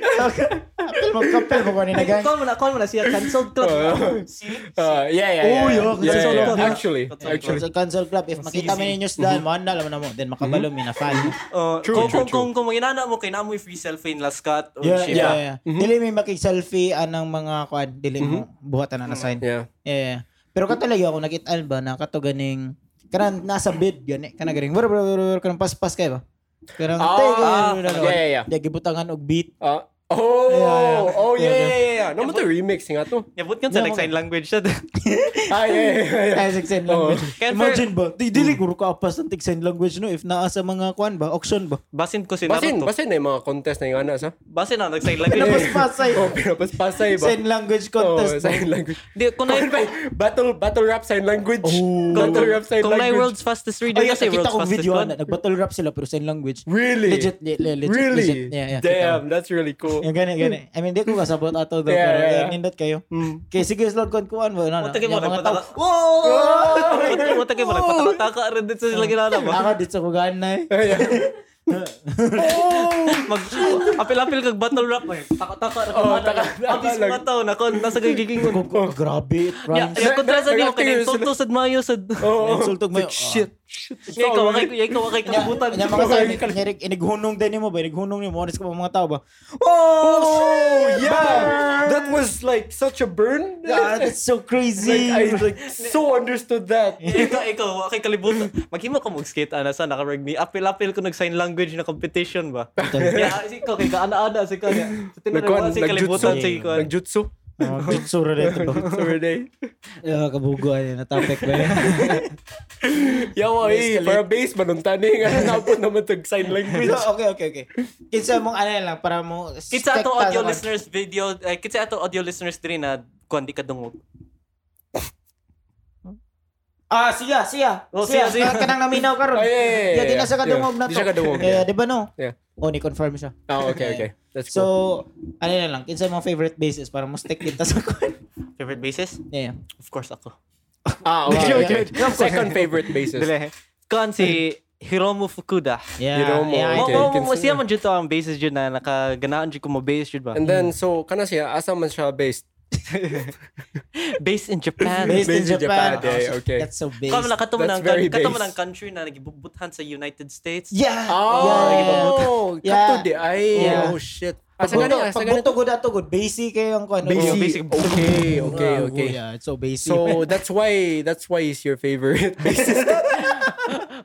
Kapil mo, kapil mo ko ni nagang. Call mo na, call mo na siya. Cancelled club. Oo. See? Uh, yeah, yeah, yeah. Oh, yeah, yeah, kasi yeah, solo yeah. ka. Actually, actually. Oh, Sa Cancel Club, if makita mo ninyo sa Mm-hmm. daan, mahal na, alam mo na mo. Then makabalo, minafal. Oh, True, kung, true, kung, kung, kung ginana mo, kailangan mo i-free selfie in Lascat or Yeah, yeah, Shiba. yeah. Mhm. Dili may makig-selfie anang ah, mga kwan, dili mo buhatan na na sign. Mm-hmm. Yeah. Yeah, yeah. Pero katalaga ako nakita ba na kato ganing kanan nasa bed gani kana ganing wala wala wala wala kanang paspas kay ba. Kanang Ah, tay ah, yeah, yeah, yeah. gibutangan og beat. Uh, oh, Yeah, yeah. oh, yeah, Yeah, yeah, yeah. yeah. Naman to remix nga to. Yabot ka sa Yeah, like sign language siya. Ah, yeah, yeah, yeah, yeah. Kaya sa sign language. Kaya for- Imagine ba? Di dili guro ka apas ang tig sign language no if naa sa mga kwan ba auction ba. Basin ko si Basin, Naruto. basin na yung mga contest na yung anas, ha? Basin na, nag-sign language. Pinapaspasay. <laughs> Oh, pero pas pasay ba? Sign language Oh, contest. sign language. <laughs> Di, kung na Kunay, battle, battle rap sign language. Oh. kung, Battle rap sign kung na language. world's fastest reader Ay, kasi nakita world's kong fastest video na one. nag-battle rap sila pero sign language. Really? Legit, le- le- legit, really? legit. Yeah, yeah, kita Damn, that's really cool. <laughs> Yung gani, gani. I mean, di ko kasabot ato doon. Yeah, pero yeah, yeah, yeah. nindot kayo. Mm. Kaya sige, slog kon kuan mo. Ano, Mutagay mo, yung mga tao. nagpataka. Wow! Mutagay mo, nagpataka rin dito sa sila ginana mo. Ako, dito ko ganay. <laughs> Mag, apil-apil kag battle rap eh. Taka-taka rin. Oo, Oh, taka- taka Abis lang. mataw na kon, nasa gagiging ko. Grabe, it Ya, rhymes. ya kontra sa Nag- niyo kanay nag-acting sila. insulto sad mayo sad. <laughs> Oh, Insultog mo. Like, shit. Shit. Ya ikaw wakay ya ikaw wakay kabutan. <laughs> Kanya mga sa inig, inighunong din mo ba? Inighunong ni mo. Honest ka ba mga tao ba? Oh, yeah. That was like such a burn. Ah, that's so <laughs> like, crazy. I <laughs> like so understood that. Ikaw ikaw wakay kalibutan. Maghimo ka mong skate ana sa nakarag ni apil-apil ko nag sign language <laughs> na competition ba. Ya ikaw kay kaana-ana sa kanya. Sa tinuod Nagkuhan, si kalibutan nagjutsu. sa ikaw. <laughs> Nagjutsu. Mga bitsura na ito. Sorry day. Ah, kabuguan yun. Na-topic ba yun? Yawa eh, para base manuntan eh. Nga nabot naman tag sign language. <laughs> So, okay, okay, okay. Kinsa mong ano lang, para mo... Kitsa check ta ato audio sa- listeners video, eh, kitsa ato audio listeners diri na kuan di ka dungog. Ah, siya, siya. Oh, siya, siya, siya. Ka- Kanang naminaw karon. Ay, ay, ay, Yeah, di yeah. na siya kadungog na Di to. siya kadungog, Yeah, yeah. di ba no? Yeah. <laughs> Oh, ni-confirm siya. Ah, okay, okay. That's So, cool. ano na lang, kinsa mong favorite bases para mo stick kita sa kwan. Favorite bases? <laughs> Yeah, yeah. Of course ako. ah, okay, okay, okay. okay. Second favorite basis. Dili. eh. Kuan si Hiromu Fukuda. Yeah, You know mo, yeah, Mo okay. yeah. mo mo consider. siya man jud to ang bases jud na nakaganaan jud ko mo base jud ba. And then, so, kana siya, asa man siya based? Based in Japan. Based in Based in Japan. Japan, yeah, so- okay. That's so based. Kamu lang katuman That's ang very katuman based. ang country na nagibubuthan sa United States. Yeah. Oh, Yeah. Oh! Yeah. kato di ay. Yeah. Oh, shit. Asa Asa gani, ganito, asa pag gani. buto good ato good. Basic kayo ang kwan. Basic. Oh, basic. Okay, okay, wow, okay. Ah, Yeah, it's so basic. So, that's why, that's why is your favorite <laughs> basis.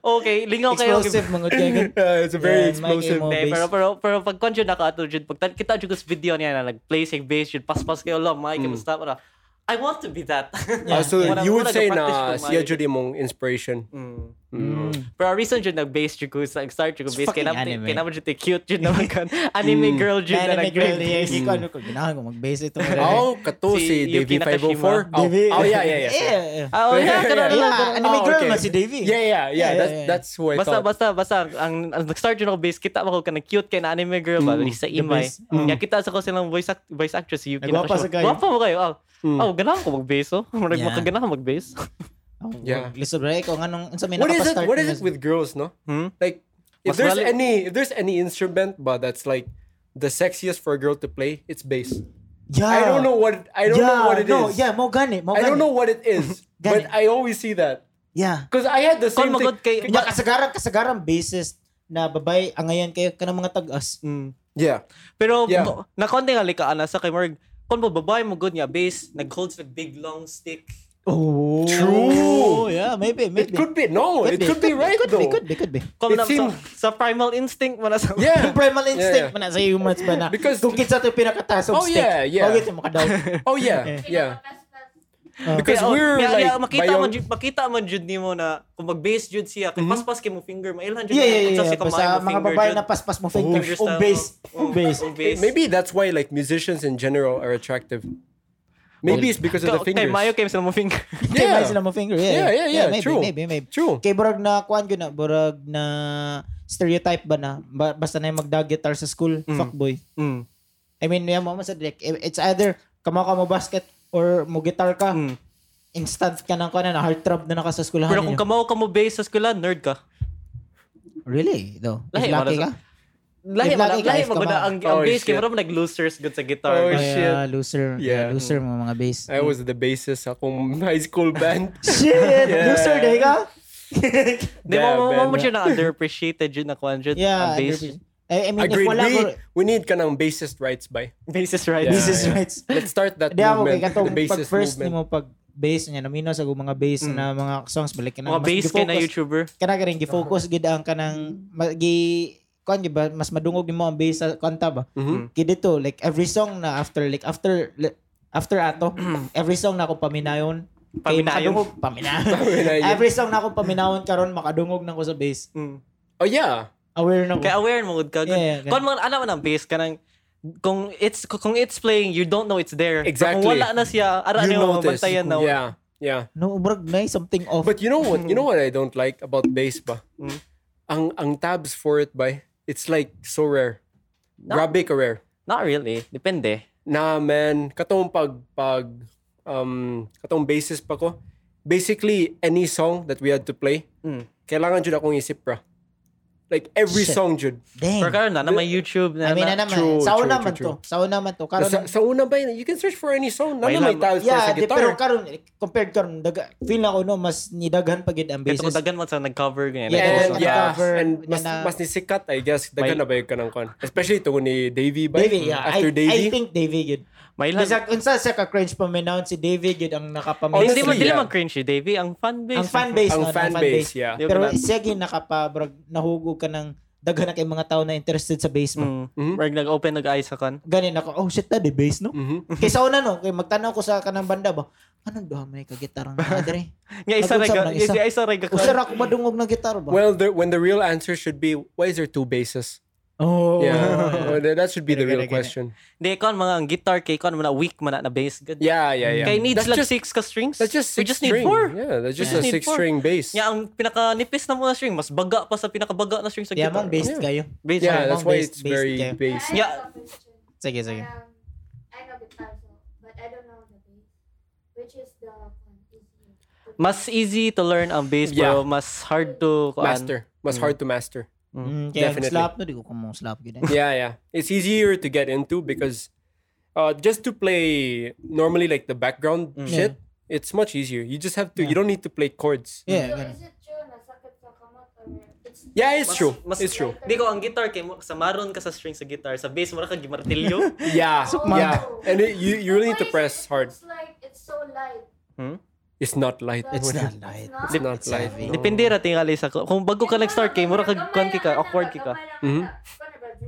Okay, lingaw kayo. explosive mga kaya <laughs> ganito. Uh, it's a very Yeah, explosive. Mikey mo. Okay, base. pero pero pero pag kung jud nakato jud pag tan- kita jud ko sa video niya na nag-play sig bass jud paspas kayo lo Mike mm. stop na. I want to be that. Ah, so, Yeah. you would Wala- wala say ka-practice na ko, Mike. siya jud imong inspiration. Mm. Mm. Pero reason jud nag-bass jud ko sa start jud ko bass kay fucking na anime. kay na jud tay cute jud naman kan. Anime girl jud Kaya na na nag-grade. nag-grade. Hindi ko ano ko. Ginahan ko. Mag-base <laughs> ito. Mm. Oh, kato Si si, Davey Yuki Nakashima. 504. Oh, oh, yeah, yeah, yeah. <laughs> Yeah. yeah. Ah, oh, yeah, karon Yeah, lang. anime Ah, girl okay. na si Davey. Yeah, yeah, yeah. yeah, That's yeah. that's who I Basta, thought. basta, basta. Ang, ang nag-start yun ako base, kita ako ka na cute kay na anime girl Mm. ba, Lisa Imay. best. Kaya kita sa ko silang voice, act, voice actress, si Yuki. Ay, guwapa Nakashima. mm. sa kayo. Mm. Guwapa mo kayo. Oh, Hmm. oh ganahan ko mag-base, oh. Marag Yeah. makaganahan ko mag-base. Oh, Yeah. Listen, bro. Ikaw, anong, unsa may what is it? nakapastart What na is it music? with girls, no? Hmm? Like, if Mas there's mali- any, if there's any instrument, but that's like the sexiest for a girl to play, it's bass. Yeah. I don't know what I don't yeah, know what it is. no, Ah. Yeah, mo gani. Mo I don't gani. know what it <laughs> is, but Ganit. I always see that Yeah. because I had the same Kon magod thing. kay... Kaya kasagaran, kasagaran basis na babay, ang ngayon kayo, ka ng mga tag-as. Mm. Yeah, Pero, Yeah. mo- na konti nga likaan na sa kay Marag, kon mo babae mo good nga base, nag-hold sa big long stick. Oh. True. Yeah, maybe, maybe. it could be no, Oh, it could be right could though. Be, could be, could be. Kon It na sa, seem- sa primal instinct mo na sa... Yung Yeah. primal yeah. instinct man na sa humans ba na. Because- kung kinsa to yung pinakatasog Oh, stick. yeah, yeah. Bakit yung <laughs> makadaw? Oh yeah, yeah. Because <laughs> Kaya, oh, we're kaya- kaya like makita bayong- man jud makita man jud nimo na kung mag-base jud siya kung paspas kay mo finger mailhan jud Mm-hmm. yeah, na yeah, kung yeah. sa si yeah. kamay Basta mo mga finger babae jud. na paspas mo finger. Fingers Oh, style, base. oh, Oh, base. oh, base. Maybe that's why like musicians in general are attractive. Maybe it's because of the Ka- Kay fingers. Mayo kay sila mo finger. Kaya Yeah. may sila mo finger. Yeah, Yeah, yeah, yeah, maybe, true. Maybe, maybe. True. Kay Borag na, kuhan ko na, Borag na stereotype ba na? Ba, basta na yung magdag-guitar sa school, fuckboy. Mm. I mean, yan mo man sa direct. eh, It's either kamo ka mo basket or mo guitar ka. Mm. Instant ka ng kuhan na, heartthrob na naka sa school. Pero kung kamaw ka mo base sa eskwela, nerd ka. Really? Though. Lahi, If lucky wala sa- ka? Lahi If man, lucky ka, lahi if man kamaw. na ang ang Oh, base kay shit. mo nag-losers good sa Oh, guitar. shit. Kaya loser. Yeah. Yeah. loser mga mga <laughs> bass. I was the bassist akong <laughs> high school band. Shit! Yeah. Loser, dahi ka? Di Yeah, ba mo mo Ben. mo jud na underappreciated jud na kwan jud yeah. ang base. underappreciated. Eh, I, I mean, if Agreed. wala we, ko... we need ka ng bassist rights by. Basis right. This Yeah, is yeah. rights. Let's start that Hindi ako kay movement. katong the pag bassist first movement. ni Mm. mo pag bass niya namino sa mga bass na mga songs balik ka na Mga mas base kay na gi-focus- YouTuber. kana ka rin Uh-huh. gi-focus gid ang kanang ma- gi kuan gi ba mas madungog nimo ang bass sa kanta ba <laughs> Mhm. gid dito Mm. like every song na after like after li- after ato <clears throat> every song na akong paminayon kay Paminayon? makadungog <laughs> paminayon Paminayon. every song na akong paminayon karon makadungog na ko sa bass Oh yeah. aware na ko Mm. Kaya aware mo good ka. Good. Yeah, yeah, Kung man alam mo ng base ka ng kung it's kung it's playing you don't know it's there. Pero Exactly. Kung wala na siya, ara You na yung notice. mabantayan na. Yeah. Yeah. no brag na eh, something off But you know what? You know what I don't like about bass ba? Hmm. Mm. Ang ang tabs for it by. It's like so rare. Grabe ka rare. Not really. Depende. Nah, man. Katong pag pag um katong bassist pa ko. Basically any song that we had to play, Mm. kailangan jud akong isip ra. Like every Hmm. Shit. song jud. Pero dang karon na na may YouTube I na. mean ano na na- naman True, sao true, naman to true, sao naman to karon Sa, sa una ba, you can search for any song. Nana Wala may ba- tabs para sa yeah, di, pero guitar. karon compared karon daga feel na ko no mas nidaghan pa gid ang basis. Kaya kung dagan mo sa nag-cover ganyan. oh, Yeah, And Nag-cover, yeah, nag-cover, and yun mas, na. mas ni sikat, I guess. Dagan May- na ba yung kanang kwan? Especially ito ni Davey ba? Davey, yeah. After I, Davey. I think Davey gid. May lang. Bisag unsa sa ka cringe paminoun si Davey gid ang Honestly, nakapaminaw. Hindi mo dili yeah. man cringe, eh, Davey. Ang fan base. ang fan base Ang no, fan base, yeah. Pero siya gid nakapa brag nahugog ka ng daghan na kay mga tao na interested sa bass mo. Mm. Mhm. Wag nag-open nag-eye sa kan. Ganin ako, oh shit na, di bass no? Mhm. Kaysa una no, kay magtanaw ko sa kanang banda ba, anong duha man ka gitarang <laughs> madre? Nga isa Nag-usap rega, ng isa. isa rega Usa ka. ra ko "Oh, madungog ng gitar ba? Well, the, when the real answer should be, why is there two basses? oh. Yeah, Well, that that should be the real Gana, gana, gana. question. Di kon mga ang guitar kay kon na weak man na bass good. Yeah, yeah, yeah. Kay needs that's lang just six ka strings. that's just six We just string. need four. Yeah, that's just a Yeah. Just need six four. string bass. Nga ang pinakanipis na mga string, mas baga pa sa pinakabaga na string sa <laughs> Yeah, guitar. mong based Yeah. kayo. Bass Yeah, Sorry, that's mong why based- it's based very kayo. bass. Yeah. Yeah. Sige, sige. Um, I know guitar, so, but I don't know the bass, which is the one easier. Mas easy to learn ang bass Yeah. pero mas hard to kuan. Master. Was hard to master. <laughs> Mm, kaya Definitely. slap no, di ko kumong slap gid. yeah, yeah. It's easier to get into because uh, just to play normally like the background Mm. shit, it's much easier. You just have to. You don't need to play chords. Yeah, so, ganun. is it true na sakit sa kamot or it's Yeah, it's Mas- true. mas- it's true. Di ko ang gitar kay mo- sa maron ka sa string sa guitar, sa bass mo ra ka gimartilyo. <laughs> Yeah, Sukma. yeah. And it, you you really need to Why press is it- hard. It's like it's so light. It's not light. <laughs> It's not light. It's It's not. not light. heavy. no. Depende ra tingali sa kung bago ka nag-start kay mura ka kuan ki ka, awkward ki ka. Mhm. ano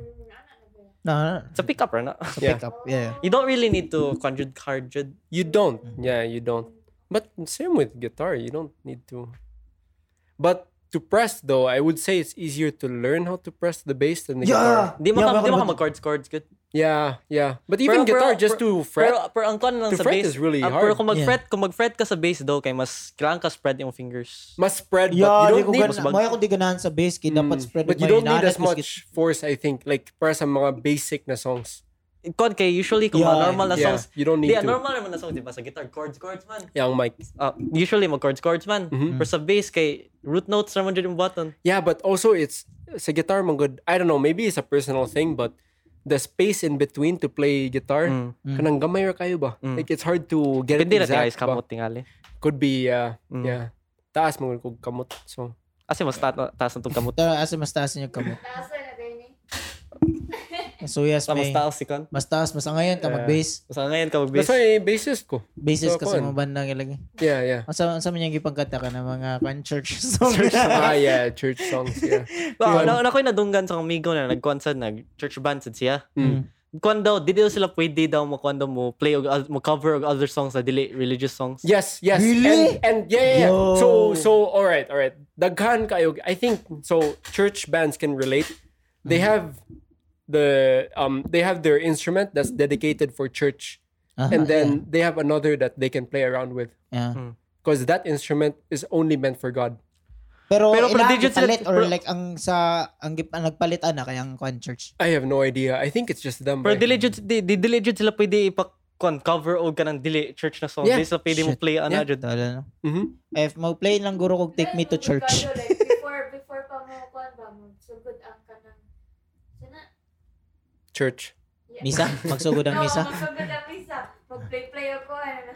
No, no, Sa pickup ra na. sa Yeah. pickup. Yeah. Oh, You don't really need to conjure hard jud. You don't. Mm-hmm. Yeah, you don't. But same with guitar, you don't need to. But to press though, I would say it's easier to learn how to press the bass than the guitar. Di mo ka, Yeah, di mo baka- ka mag chords chords good. Yeah, yeah. But even Pero- guitar, pero- just to fret. Pero, pero ang kon lang To sa fret is bass really ah, Pero hard. kung mag-fret, kung mag-fret ka sa bass daw kay mas kailangan ka spread yung fingers. must spread, but Yeah, you di don't ko need. Mm. ganahan. Maya ko di ganahan sa bass kay dapat spread. But you may don't need inaanat as mas git- much force, I think. Like para sa mga basic na songs. Kon kay usually kung Yeah, mga normal na yeah, songs, you don't need yeah, to. normal naman na songs di ba sa guitar chords chords man. Yeah, mic. Ah, usually mag chords chords man. Mm-hmm. Pero sa bass kay root notes naman jud yung button. Yeah, but also it's sa guitar man good. I don't know, maybe it's a personal thing, but the space in between to play guitar, kanang gamay ra kayo ba? Like it's hard to get Mm. it Depende ra tingali exact. sa ba? kamot tingali. Could be uh, yeah. Taas mo kog kamot. So, Kasi mas ta- taas na tong kamot. Tara, asa mas taas niyo kamo. Suyas Sa mas may. taas si kon. Mas taas, mas angayan ka mag-bass. Sa ngayon ka mag that's bass. why bassist ko. So, Basis ka sa kuan. mga bandang ilagay. Yeah, yeah. Ang sa sa mga gipangkanta ka ng mga kan church <laughs> song. ah, yeah, church songs, yeah. Wow, na na ko'y nadunggan sa amigo na nagkuan sa nag church band sad siya. Mm. Kuan daw, di daw sila pwede daw mo kuan daw mo play og oth- mo cover og other songs na dili religious songs. Yes, yes. Really? And, and yeah, yeah, yeah. So, Yo. so, all right, all right. Daghan kayo. I think, so church bands can relate. They have the, um, they have their instrument that's dedicated for church. Ah, And then they have another that they can play around with. yeah. Because that instrument is only meant for God. Pero, Pero pero pala digit sila- palit or pero- like ang sa ang gip ang nagpalitan na kaya ang kan church. I have no idea. I think it's just them. Pero right? dili jud di, di dili jud sila pwede ipak kuan cover og kanang dili church na song. Yeah. Dili sila pwede mo Shit. play ana Yeah. jud. Tala no. Mhm. Eh, mo play lang guro kog take me to church. like, before, before pa mo kuan ba mo, sugod ang kanang Sana? Church. Yeah. Misa, magsugod ang misa. No, magsugod ang misa. Mag-play-play ako, ano,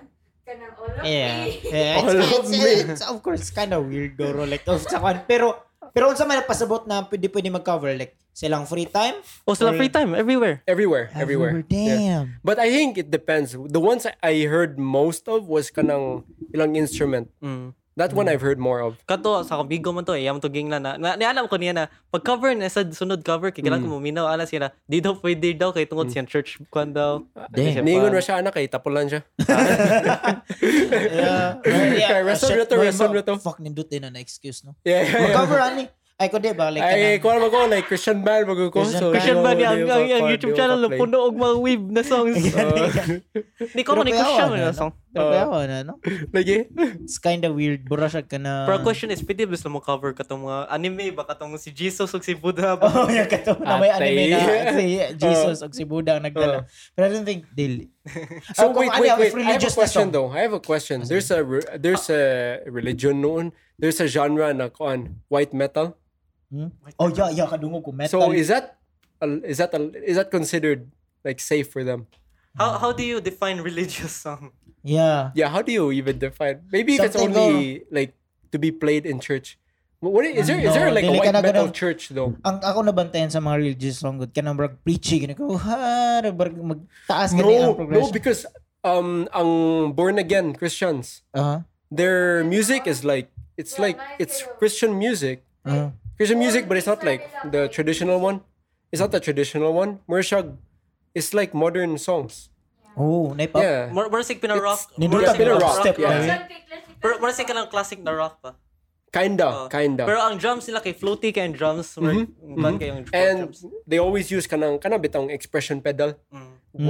kanang all of Yeah. me. <laughs> yeah. All It's, of it's, me. it's, of course, kind of weird, Goro. Like, of sa kwan. Pero, pero unsa man ang pasabot na pwede pwede mag-cover. Like, silang free time. O sila Or- free time everywhere. Everywhere, everywhere. Yeah. Damn. But I think it depends. The ones I heard most of was kanang ilang instrument. Mm. That one I've heard more of. Kato sa kabigo man to, iyam to ging na na. na nialam ko niya na pag cover na sa sunod cover kay kailangan ko muminaw ana siya na di daw pwede daw kay tungod siya church kuan daw. Damn. Niingon ra siya anak kay tapulan siya. <laughs> Yeah. yeah. Reson Shit, rito, may reson iba- rito. Fuck, nindot din na excuse, no? Yeah, yeah, yeah. Mag-cover, ani. Ay, kundi ba? Like, Ay, kanang- <laughs> kuha mo ko, like Christian band bago ko. Christian So, band. di Christian ba ko- niya ang, di ko ang, ang pa- YouTube di ko channel pa-play. puno og mga weave na songs. <laughs> Uh, Hindi ko eh, man Pero ni Christian kayawan, man na ano? song. Pero kaya Oh. ako, ano, no? <laughs> Lagi? It's kind of weird. Bura siya ka na... Ah. Pero question is, pwede ba mo cover ka tong mga anime ba katong si Jesus o si Buddha ba? <laughs> <laughs> Oh, yung kato na may Atay. <laughs> anime na si Oh. Jesus o si Buddha ang nagdala. Pero I don't think, dili. <laughs> So, Ah, kung wait, ano, wait, if wait. I have a religious na question song. though. I have a question. There's a, re- there's a religion noon. There's a genre na kuan, white metal. Hmm? Oh, yeah, yeah, kadungog ko. Metal. So, is that, a- is that, a- is that considered like safe for them? How how do you define religious <laughs> song? Yeah. Yeah, how do you even define? Maybe if it's Something only like to be played in church. Wh- What is there? Is there No, like a dili ka white na metal ganun. church though? Ang ako nabantayan sa mga religious song good kanang brag preachy gani ko ha brag magtaas gani No, ang no, progression. because um, ang born again Christians, Aha. their music is like it's like it's Christian music, aha. Christian music, but it's not like the traditional one. It's not the traditional one. Murshag, it's like modern songs. Oh, naipop. Yeah. More, more sig pina-rock. It's- Nindot Yeah, ang pina-rock, rock step yeah. na yun. Pero more sig ka ng classic na rock pa. Kinda, kinda. Pero ang drums nila kay floaty kay ang drums. More, ban kayong Mm-hmm. and drums. they always use kanang kanang bitong expression pedal. Mm. Hmm.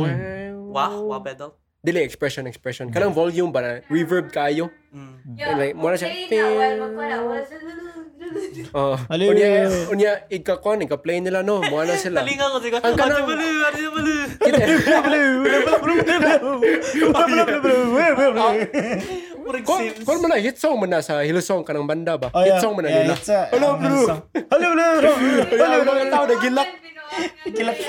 Wah, Wow. wah pedal. Dili expression expression. Kanang volume ba na reverb kayo. Mm. Yeah, like, mura siya, play na while magkwala, wala <laughs> siya. Oh. Unya Hallelujah. unya ikakon play nila no. Mo na <laughs> sila. Talinga diba? ko siya. Ang kanang- ah, <laughs> Kon kon mo na hit song mo na sa Hillsong kanang banda ba? Oh, yeah. Hit song mo na Yeah, nila. it's a- Hello ang blue. song. Hello, blue. Hello blue. Ano, Tao nagilak. Kilak <laughs>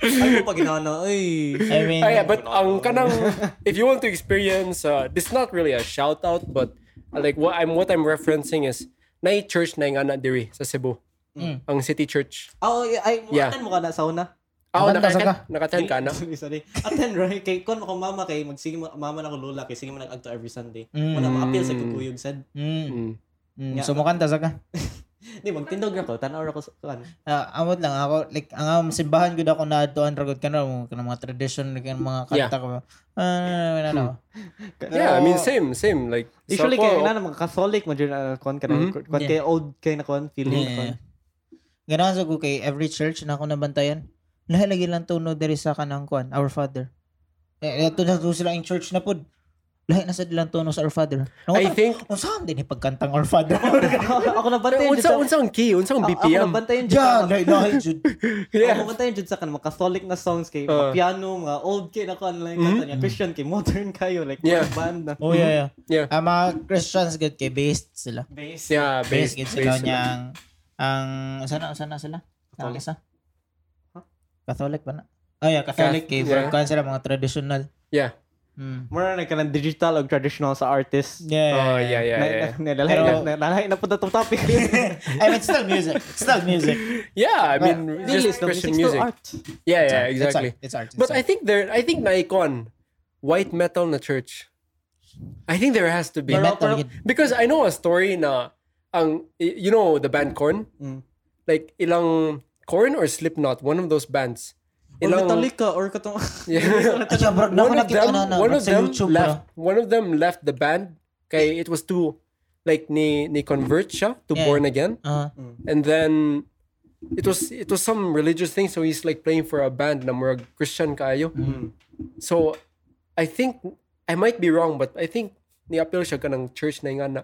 Ay, pag ginana. Ay. I mean, Ah, yeah, but ang kanang <laughs> if you want to experience uh this is not really a shout out but uh, like what I'm what I'm referencing is na church na nga na diri sa Cebu. Mm. Ang city church. Oh, ay, ay Yeah. yeah. mo ka na sauna. Ah, oh, Nakatan naka ka, nakaten ka na. Sorry, sorry. Attend, right? Kay kon ako mama kay magsige mo- mama na ko lola kay sige mo nag-agto every Sunday. Mm. Wala ma-appeal sa kukuyog sad. Mm, Mm. mm, Yeah. sumukanta sa ka. Di magtindog ra ko, tanaw ra ko sa kan. Ah, amot lang ako like ang um, simbahan gud ako na adtoan ragod kana mga kanang mga tradition kanang mga kanta Yeah. Hmm. ko. Ah, ano, ano. Yeah, I mean same, same like sa Usually ako, kay na mga Catholic mo jud na kon ka na Mhm. kon kay old kay na kon feeling na kon. Yeah. Ganahan sa ko kay every church na ako nabantayan. Nahalagi lang tunog diri sa kanang kuan, Our Father. Eh, ato na to sila in church na pod. Lahi na sa dilang tunog sa Our Father. Nung I think unsaan Oh, din ipagkantang Our Father. ako na bantayan jud unsa sa unsa ang key, unsa ang Ah, Ako na BPM. <laughs> bantayan <laughs> jud Diyan, sa lahi lahi jud. Yeah. Ako bantayan jud sa kan mga Catholic na songs kay Uh. mga piano, mga old kay na kon like kanta niya. Christian kay modern kayo like Yeah. mga band na. Oh yeah, yeah. Mm-hmm. Yeah. Ang mga Christians gud kay based sila. Bass. Yeah, Based gud sila based. niyang ang sana sana sila. Ang Catholic. isa. Catholic ba na? Oh yeah, Catholic kay Yeah. yeah. sila mga traditional. Yeah. Mm. Mura na kanang digital o traditional sa artist. Yeah. Oh, yeah, yeah, yeah. Na- na- Nalalay Pero- na- nalalay na po na itong topic. <laughs> I mean, it's still music. It's still music. Yeah, I mean, Really, just it's not Christian music, it's music. still art. Yeah, It's yeah, art. exactly. It's art. It's art. It's But I art. think there, I think na icon, white metal na church. I think there has to be May metal pero- yun. because I know a story na ang y- you know the band Korn, Mm. like ilang Korn or Slipknot, one of those bands. Or Metallica, or katong... <laughs> Yeah. Ay, siya, bro, na ako one of nakita them, na, na, one of bro, sa them ano, YouTube, bro. left. One of them left the band. Kay it was too like ni ni convert siya to Yeah. born again, Ah, and then it was it was some religious thing. So he's like playing for a band na murag Christian kayo. So I think I might be wrong, but I think ni appeal siya kanang church na nga na.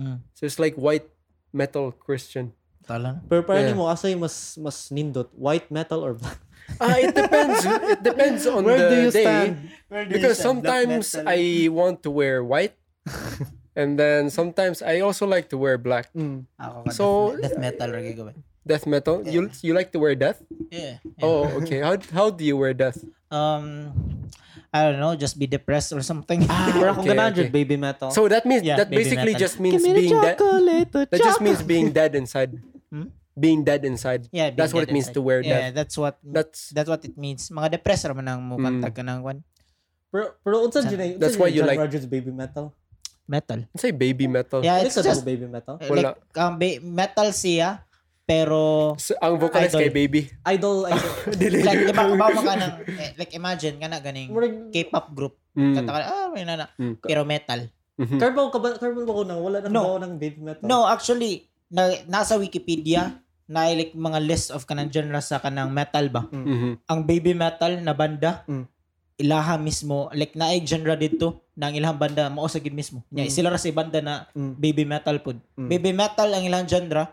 mm, So it's like white metal Christian. tala na. Pero parang Yeah. ni mo, asa yung mas, mas nindot? White metal or black? Ah, it depends. it depends on Where the do you day. stand? Because sometimes I want to wear white, <laughs> and then sometimes I also like to wear black. Ako ka, So, death, death metal lagi ko ba? Death metal. You you like to wear death? Yeah. yeah. Oh, okay. How how do you wear death? Um, I don't know, just be depressed or something. Pero kung okay, ganaan okay. jud, baby metal. So that means Oh. Yeah, that baby basically metal. just means being dead. chocolate, That just means being dead inside. <laughs> Hmm? Being dead inside. <laughs> yeah, being That's what it dead means inside. to wear Yeah, death. that's what That's Mm. that's what it means. Mga depressed naman ang mukanta ka ng one. Pero, pero unsan jud na- That's unsan why jud you yung like- genre jud sa baby metal. Metal. say baby metal. Yeah, Ano it's sa just baby metal? like um, ba- metal siya, pero So, ang vocalist Idol. kay Baby. Idol, idol. Dili. <laughs> <laughs> like iba ba mo ka ng eh, like imagine ka na ganing <laughs> Murag- K-pop group Mm. kanta ka ah may nana Mm. pero metal Mhm. Carbon ka ba? Carbon ba ko na? Wala na No. no. ng baby Oh. metal? no actually na, nasa Wikipedia na like mga list of kanang genre sa kanang metal ba Mhm. ang baby metal na banda Mm. ilaha mismo like naay genre dito na ang ilang banda mao sa gid mismo nya Mm. sila ra sa banda na Mm. baby metal pud Mm. baby metal ang ilang genre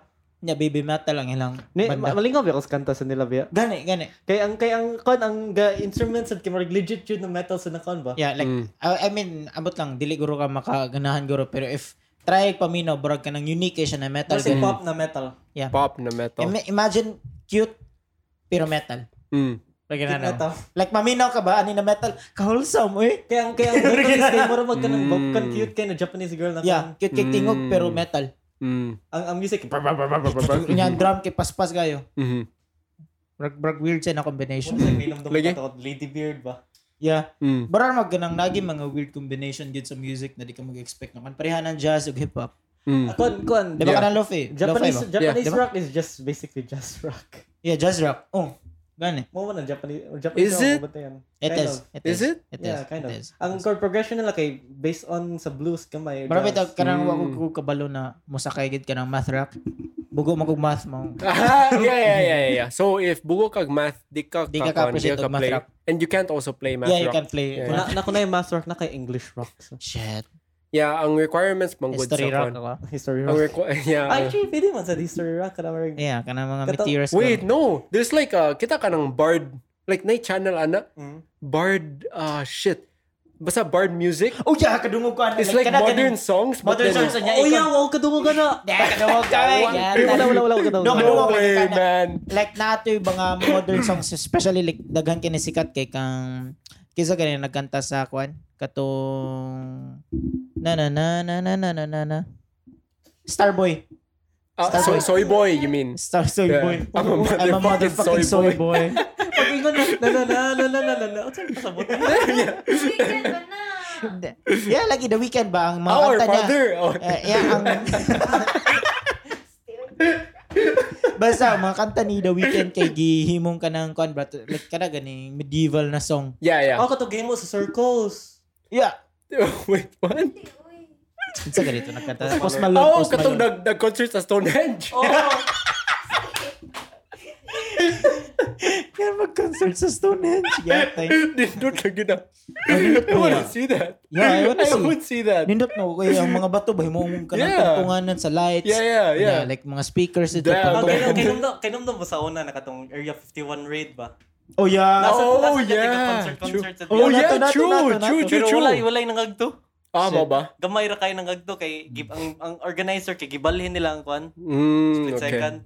nya baby metal ang ilang Ni, ma- banda malingaw ba ako sa kanta sa nila, Bia? gani gani Kaya ang kay ang kon ang ga instruments at kimurag legit yun ng metal sa nakon ba? Yeah, like Mm. I, I mean, abot lang dili guro ka makaganahan guro pero if try paminaw burag ka ng unique eh siya na metal. Kasi Pero, pop na metal. Pop na metal. Im- imagine cute pero metal. Mm. Like, Cute ano, metal. like maminaw ka ba ani na metal? Kahulsome eh. Kaya ang <laughs> kaya ang vocalist kay mura magka ng Mm. vocal cute kay na Japanese girl na Yeah, kon. cute kay tingog Mm. pero metal. Mm. Ang ang music brr, brr, brr, brr, brr, brr. Inya drum kay paspas kayo. Mhm. Brag brag weird siya na combination. Ya, Unsa may namdam Lagi? ka to? Lady Beard ba? Yeah. Mm. gitu Bara mag ganang nagi mga weird combination gid sa music na di ka mag-expect naman. Pareha ng jazz ug hip hop. Mm. Kon, kon. Di Yeah. ba Iya. Diba ka ng Luffy? Japanese Luffy ba? Japanese Diba? rock is just basically just rock. <laughs> Yeah, jazz rock. Oh, gano'n eh. Mo man ang Japanese Japanese Is rock, it? kumanta yan. It Kind is. of. It Is it? It is. Yeah, kind of. It is. Ang chord progression nila kay based on sa blues kamay. Marami jazz. tag kanang Mm. wa ko kabalo na musakay gid ka ng gitu, math rock. Bugo mo kog math mo. Ah, yeah, yeah, yeah, yeah, yeah. So if bugo kag math, di ka Di ka kakon, di ka-appreciate ka og math play. rock. And you can't also play math Yeah, you rock. can Yeah. play. Wala. Na, na ko na yung math rock na kay English rock. So. Shit. Yeah, ang requirements mong good sa History rock kon. ako. history Ang rock. requ- <laughs> yeah. ang- Actually, pwede man sa history rock kada marig. Yeah, kanang mga Kata- meteors. ko. Wait, no. There's like a kita ka ng bard like na channel ana Mm. bard ah shit. Basta bard music. Oh, yeah, kadungog ko. ano, It's like kana- modern kaning- songs but Modern then songs. ano? Nya, Oh, ikon. yeah, wow, kadungo ka na. Yeah, kadungog ka. eh. Yeah, Ay, wala, wala, wala, No, wala. wala. ano No ba, way, kaya- man. like nato yung mga modern songs especially like daghan kini sikat kay kang kisa gani nagkanta sa kwan katong na na na na na na na na na Starboy Ah, so, soy boy, you mean? Star Soy Yeah. Boy I'm a motherfucking soy boy, Pag ingon na na na na na na na na. Unsa pa sa buti? yeah. Weekend ba na? yeah lagi the weekend ba ang mga Our kanta niya father. Oh. Eh, yeah, ang Still. basta mga kanta ni The Weeknd kay gihimong kanang kwan bro like kana gani medieval na song Yeah, yeah. Ako to game mo sa circles. yeah <laughs> Wait, what? Uy, uy. unsa ganito nagkanta Post Malone Oh, Post katong Malone nag, nag-concert sa <laughs> Stonehenge. Oh, <laughs> kaya mag-concert sa Stonehenge <laughs> yatay Nindot lang yun ah. <laughs> I wanna see that. Yeah, I <laughs> wanna see. would see that. Nindot no kay ang mga bato ba himo ka Yeah. yeah. tungtunganan sa lights. Yeah, yeah, yeah. like mga speakers ito oh Damn. tungtungan. kainom kainom do kainom do mo sa una na katong Area 51 raid ba? Oh yeah. Nasa- Oh, nasa yeah. ah, taga concert concert sa Oh, Nato, yeah, nato, true, nato, nato. true, true, Pero true. wala, wala yung nangagto. Ah, mo ba? Gamay ra kayo nangagto kay gib ang ang organizer kay gibalhin nila ang kwan. Mm, Split okay. second.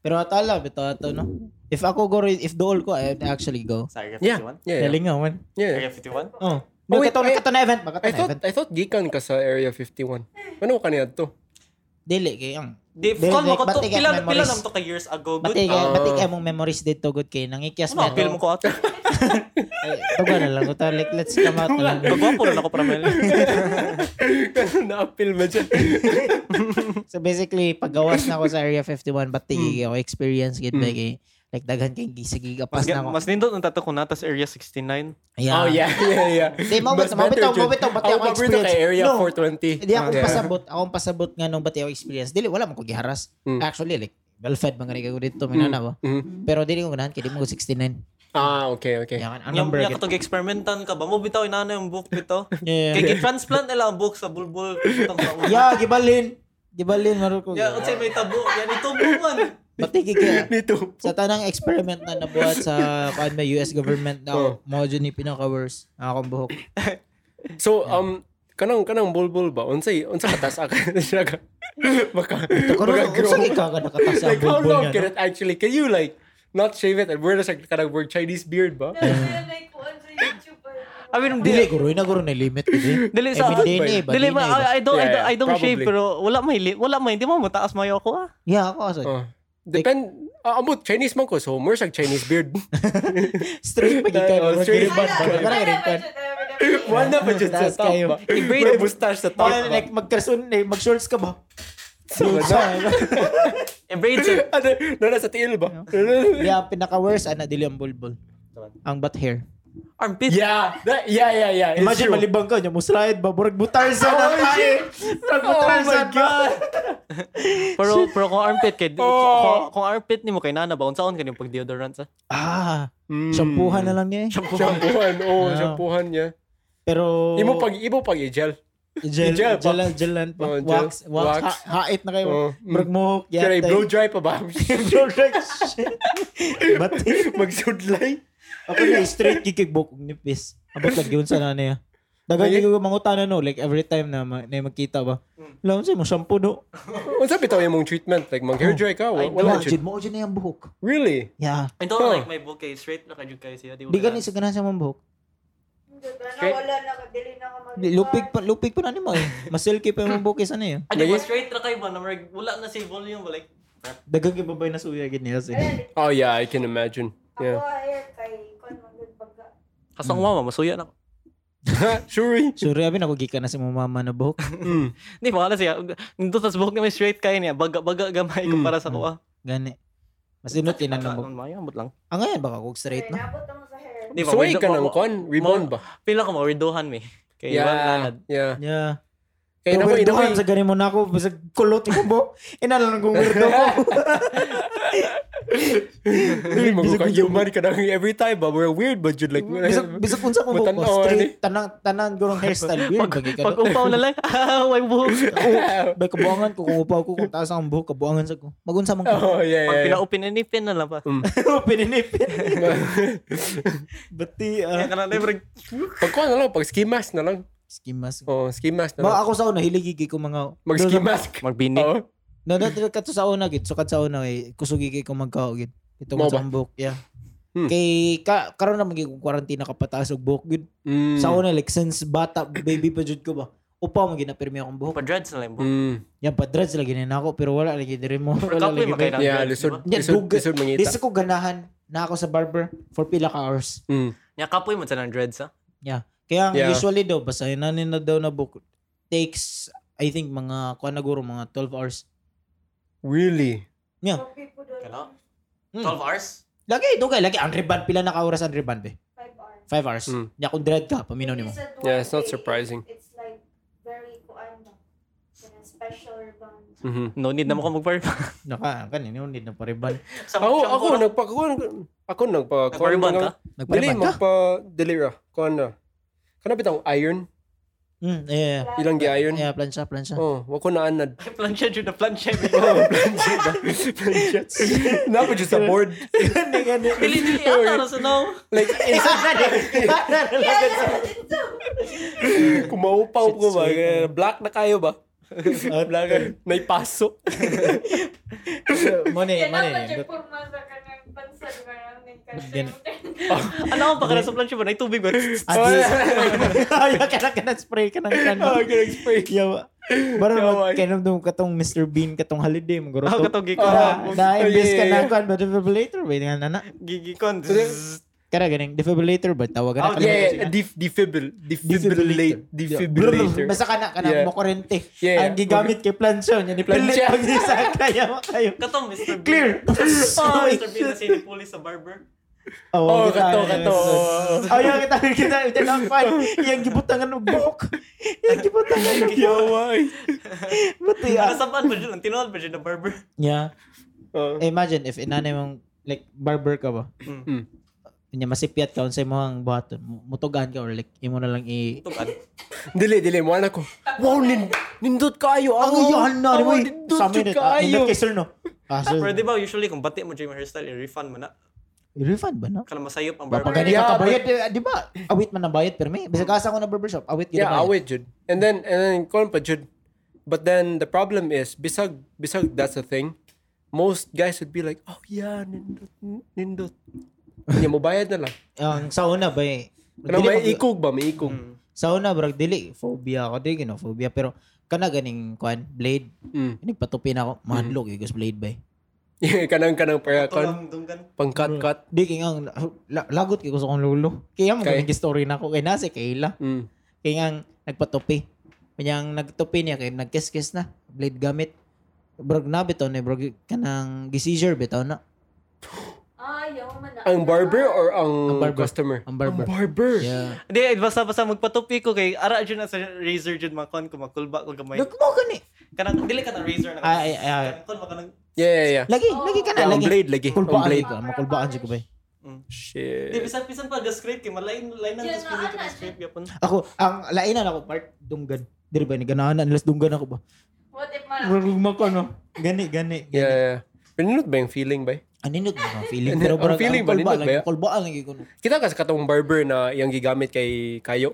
Pero atala bito ato no. If ako go re- if dool ko I'd actually go. Sa Area 51? Yeah, yeah, yeah. Dalingaw man. yeah. Area 51? Oh. Oh, No, wait, kato, I- kato na event ba? Kato I na thought event. I thought gikan ka sa Area 51. Ano ka niya to? <laughs> Dili, um, kay ang. Di, Dili, kwan mo like, ko to. batik at Pila, pila memories. lang to ka years ago. Good. Batik, Ah. uh, batik ay mong memories dito good kay nangikyas Ano na ang film to. ko ato? Ay, Tuga na lang. Uta, like, let's come out <laughs> na lang. Gagwapo rin ako para <laughs> mel. Ganun na-appeal ba dyan? So basically, paggawas na ako sa Area 51, batik ako experience gid ba kay like daghan kay gisigig Hmm. apas Mas, na ako. mas nindot ang tato ko na tas Area 69. Oh, yeah, yeah, yeah. <laughs> Di, mabit- Mas mabit better ako, dyan. mabit ako, ba't Ako ako paborito kay experience? Area No. 420. Hindi ako Yeah. pasabot. Ako ang pasabot nga nung bati ako experience. Dili, wala mo ko giharas. Hmm. Mm. Actually, like, well-fed mga nagagawa dito, minana ba? Mhm. Pero dili ko ganahan, kaya di mo ko 69. Ah, okay, okay. Yan, ang Ang number. number git. ka to experimentan ka ba? Mo bitaw inana yung book <laughs> bitaw. Yeah. Kay transplant nila ang book sa bulbul. Itong sa una. Yeah, gibalin. Gibalin, maro ko. Yeah, unsay may tabo. Yan ito buwan. Bati kaya. Nito. Sa tanang experiment na nabuhat sa kuan may US government Oh. na mo ni pinaka worst ang akong <laughs> buhok. So, um, kanang kanang bulbul ba? Unsay unsa katas ka <laughs> siya ka? Baka baka Karon grow. sa ka ka nakatasa ang Like how bulbul long niya. can no? it actually? Can you like not shave it and wear the like, kanang word Chinese beard ba? Tapos yun, like, one sa YouTuber. I mean, Dili guroy na guroy na limit kasi. Dili sa Every day na eh, Dili bali ba? na eh, ba? I, I don't, I Yeah, don't, I don't probably. shave pero wala may li- wala may hindi mo mataas mayo ako ah. Yeah, ako asa. Oh. Depend ah, amo Chinese man ko so more sa Chinese <laughs> beard. Straight pa gid kayo. Oh, Rod straight. Giriban ba? Wala, Wala ka rin. Wala pa jud sa Taas top kayo. ba? I-braid. May mustache sa top Wala, ba? like magkasun eh, mag-shorts ka ba? Shorts Eh, braids. eh. <laughs> Ano, nala sa tiil ba? Yeah, ang pinaka worst ana dili ang bulbul. Ang butt hair. Armpit. <laughs> Yeah, that, yeah, yeah, yeah. It's Imagine true. malibang ka niya, mo slide ba? Burag butarsan na Oh, tayo. Burag butarsan ba? Pero pero kung armpit kay Oh. kung, kung armpit nimo kay nana ba unsaon kaniyong pag deodorant sa? Ah, Mm. shampoohan na lang niya eh. Shampoohan, oh, Ah. shampoohan niya. Pero... Imo pag imo pag i-gel. Gel, gel gel, pa. gel, gel, lang pa. Oh, gel. wax, wax, Wax. Ha, hait na kayo. Oh, mm. Burag mo, Kaya yatay. blow dry pa ba? Blow dry. Bati. Magsudlay. Ako na, straight kikikbok kong nipis. Abot lang yun sa nanay ah. Dagan Ay- Mm. yung mangutana no, like every time na, ma- na magkita ba. Alam mo siya, mo shampoo no. Unsa bitaw imong treatment? Like mag hair dry ka? Wa- Wala Wala, jud. jud mo jud na yung buhok. Really? Diba? Yeah. I don't Huh. like my book kay straight na kayo kayo siya. Di Di ba? ganun sa ganahan sa mong buhok. Okay. Wala na ka, dili na ka mag- Di, Lupig pa, lupig pa na ni mo eh. Masilky pa yung mong buhok isa na eh. yun. Ano ba straight na kayo ba na marag- wala na si volume balik. Dagan kay babay na suya gid niya eh. sila. Ayan, Oh yeah, I can imagine. ako Yeah. <laughs> ayan kay Kon Mangod Baga. Kasang mama masuya na. ako. Sure. Sure, abi nakugikan na si mo mama na buhok. Mm. Hindi mo alas siya. Nito tas buhok niya may straight kaya niya. Baga, baga gamay ko Mm. para sa kuha. Gani. Mas inutin na Ano, nabog. ano, mayamot lang. Ah, ngayon baka kog straight na. Nabot mo sa hair. Di ba? So, ay weirdo- ka ng mo- kon? Reborn mo- ba? Pila ko mo, weirdohan mi. Kaya yeah. Yeah. Yeah. Yeah. Kaya Pero na mo, weirdo ka, ina sa ganin mo na ako, sa kulot ko po. Inala lang kong weirdo <laughs> ko. Hindi mo ka human ka na every time ba? We're weird but you'd like... Bisag, bisag unsa ko buhok ko, Matanaw, straight, tanang, tanang gurong hairstyle, weird bagay ka. Pag upaw na lang, <laughs> ah, may buhok. Bay kabuangan ko, kung upaw ko, kung taas ang buhok, kabuangan sa ko. Magunsa man ko. <laughs> Oh, yeah, Pag yeah, <laughs> yeah. pinaupin, inipin na lang pa. <laughs> Pininipin. Bati, ah. Kaya ka na libre. Pag kuha na lang, pag ski mask na lang. Ski mask. Oh, ski mask na lang. Ba, ako sa una, hiligigi ko mga... Mag-ski mask. Oh, Magbini. Oo. No, no, no, kato sa una, gid. Sukat sa una, eh. Kusugigi ko magkao, gid. Ito Mao mo ba? sa buhok, yeah. Hmm. Kay, ka, karoon na magiging quarantine na kapataas og buhok, gid. Mm. Sa una, like, since bata, baby pa jud ko ba. Upa, mo ginapirmi akong buhok. Oh, Pa-dreads na lang. buhok. Mm. Yan, pa-dreads lagi na ako, pero wala lagi din mo. Wala Kapoy, lagi makailan. din. Yeah, Yan, lisod. diba? Yan, Lisod, buga. lisod Di mangita. sa ko ganahan na ako sa barber for pila ka hours. Mm. Nya kapoy mo sa ng dreads, ha? Kaya ang Yeah. usually daw, basahin na nila daw na book takes, I think, mga, kuha na guro, mga 12 hours. Really? Pag people doon, Kala? Hmm. 12 hours? Lagi, dugay, lagi. Ang riban, pila na ka oras ang riban, be? 5 hours. 5 hours. Mm. Nya, kung dread ka, paminaw ni mo. It's a Yeah, it's not dual surprising. thing. It's like very kuan ba? Kaya special rebound. Mhm. No need na mo ka mag-barb. Naka, kanina, hindi na pa riban. Sa Ako, sa- ako, nagpa... Ako, nag- ako nagpa... Nag-barban ka? <laughs> Dili, Nagpariban ka? magpa... Delira. Kuha na. Kana bitaw iron? Mm, yeah, yeah. Ilang gi-iron? Yeah, plansya, plansya. Oh, wako na <laughs> anad. Plansya, dyan na plansya. Napa dyan sa board. Gani, gani. Dili-dili, ata na sa no. <laughs> Like, eh, <laughs> kumaupaw ko ba? Eh, Shit, Black na kayo ba? Oh, Black. May paso. <laughs> Money, money. Kailangan siya pumasa ka ng pansad marami ka siya. Ano ang pakala sa plansya ba? Naitubig ba? Adi. <laughs> <laughs> Ayaw ka na, kanang spray ka ng Ah, kanan. ganag spray. Yawa. Bara Yawa. mag kanam dum katong Mr. Bean katong holiday mo Ako guruto. katong Ah. gikon. Na, na Oh, imbes ka yeah, na kan but defibrillator ba nga nana. Gigikon. Kara ganing defibrillator Ano ba tawag Oh, na Yeah, kanang- yeah. Def- defibril- defibrillate. Brr, Defibrillator. Basta ka na kanang Yeah. mo kurente. Yeah, Ang gigamit kay plansyon, yan ipilit Plansya. pag isa kaya mo kayo. Katong Mr. Bean. <laughs> Clear. Oh, Mr. Bean na sinipulis sa barber. Oh, kato, kato. Ayaw kita kita kita na fan. Yang gibutangan og buhok. Yang gibutangan og buhok. Yaway. <laughs> Buti ah. Nasabaan ba dyan? Tinuod ba dyan na barber? Yeah. Oh. Eh, imagine if inanay mong like barber ka ba? Mm. Kanya masipiat ka unsay mo ang buhaton. mu- Mutugan ka or like imo na lang i Tugan. Dili, dili. Mwana ko. Wow, nin nindot kayo. Ang iyahan na Ang ni mo. nindot Sa jud minute. ah, kaayo. Hindi kay sir no. Ah, sir. Pero di ba usually kung bati mo dyan yung hairstyle, i-refund mo na. I-refund ba no? Kala masayop ang Pag barber. ganito Yeah, ka but- bayad, eh, di ba? Awit man ang bayad pero may. Bisag asa ko na barbershop, awit gyud Yeah, ang bayad. awit jud. And then and then kon pa jud. But then the problem is bisag bisag that's the thing. Most guys would be like, "Oh yeah, nindot nindot." Kanya mo bayad na lang. Ang sa una ba eh. Ano dili may mag- ikog ba? May Hmm. ikog. Sa una brag dili phobia ako di gino phobia pero kana ganing kwan blade Mm. nagpatupin ako mahadlok mm. blade bay. Yeah, Mm. <laughs> kanang kanang para kan Tulang dunggan. pang cut cut. Di kay ang la, lagot kay gusto kong lulo. Kaya mo Kay? ganing story na ako kay nasa kaila. Mm. Kaya nga nagpatupi. Kaya ang nagtupi niya, kaya nagkiss-kiss na. Blade gamit. Brog na bitaw na, brog kanang gi-seizure bitaw na. Ayaw man na. <laughs> Ang barber or ang, Ang barber. customer? Ang barber. Ang barber. Yeah. Hindi, basta-basta magpatupi ko kay ara dyan na sa razor dyan mga kon kung makulba ko gamay. Look mo gani. Kanang, dili ka na razor na. Ay, ay, ay. Kanang kon, makanang. Yeah, yeah, yeah. Lagi, lagi ka Yeah, na, ang lagi. blade lagi. Ang Kulbaan blade. ka, makulbaan siya ko ba? ano, Di, Shit. bisan-bisan pa, gascrape kay malain, lain ang Yan na, gascrape ana, gascrape yapon. Ako, ang lainan ako, part dunggan. Diri ba, naganahan, unless dunggan ako ba? What if man? Brog mo ko, no? Gani, gani. Yeah, yeah. yeah. Pinunod ba yung feeling ba? Aninot mo, ang feeling. Ang Pero brog, feeling ang ba, kulbaan nindot lagi, ba? kulbaan lagi ko. no? Kita kasi katong barber na yung gigamit kay Kayo.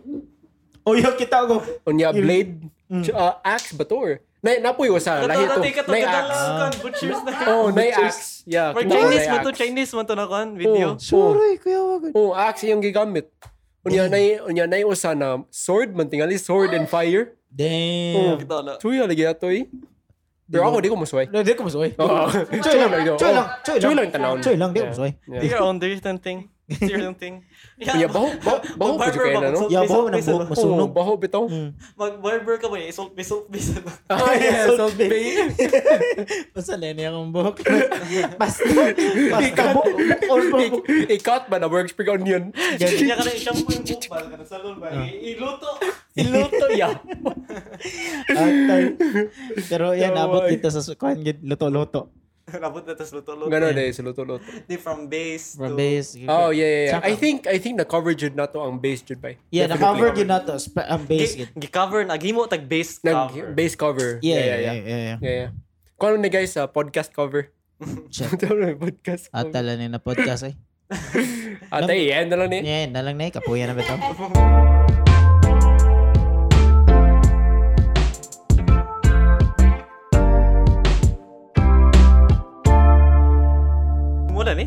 Oh, yo, kita ako. Unya Yung- blade, Mm. uh, axe ba to? or? Na, napoy ko sa Ah, lahi to. Katong, katong, Nay katong, axe. katong, butchers na. Oh, nay axe. Yeah, Or kita ko Chinese nay man to, axe. Chinese man to na kon, video. Oh. Sorry, kuya wag. Oh, axe yung gigamit. Unya nay unya nay usa na sword man tingali sword and fire. Damn. Oh, Kita na. Tuyo lagi ato eh. Pero ako di ko masuway. Oh. No, di ko masuway. <laughs> Oo. Oh. Choy lang, Oh. Choy lang, choy lang tanawon. Choy lang, di ko Yeah. masuway. Your own, there's thing. Sir yung <laughs> thing. Yeah, baho, baho, baho po <laughs> Mag-barber dyan kayo ba? na, no? Mag-salt Yeah, baho, bay, salt bay, nagbuhok, salt- mas- Masunog. Oo, baho bitaw. Mm. Mag-barber ka ba niya? Isult, isult, <laughs> isult. Ah, yeah, salt bay. <laughs> Basta lene akong buhok. <laughs> Basta. Basta <laughs> buhok. Or buhok. I- I-cut ba na works spring onion? Kanya ka na i-shampoo yung buhok ba? Ka na salon ba? Ah. I- <laughs> Iluto. Iluto ya. Atay. Pero yan, Naway. abot dito sa kuhan. Luto-luto. <laughs> Nabot na tas luto-luto. Ganun eh, sa luto-luto. Di from base From to... base. Oh, yeah, yeah, yeah. Tsaka- I think, I think na-cover jud na to ang base jud ba? Yeah, na-cover yun na to. sp- Ang base. Gi- Gi-cover na. Gimo tag base cover. Nag-base cover. Yeah, yeah, yeah. yeah, yeah. Yeah, yeah. Kung ano na guys, ah, podcast cover. <laughs> Shit. Ito na yung podcast cover. At tala na podcast ay. At ay, end na lang eh. Yan, na lang na eh. Kapuya na <laughs> ba ito? Muna ni.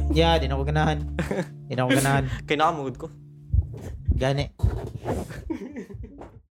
Yeah, di na ako ganahan. Di na ako ganahan. Kaya nakamugod ko. Gani.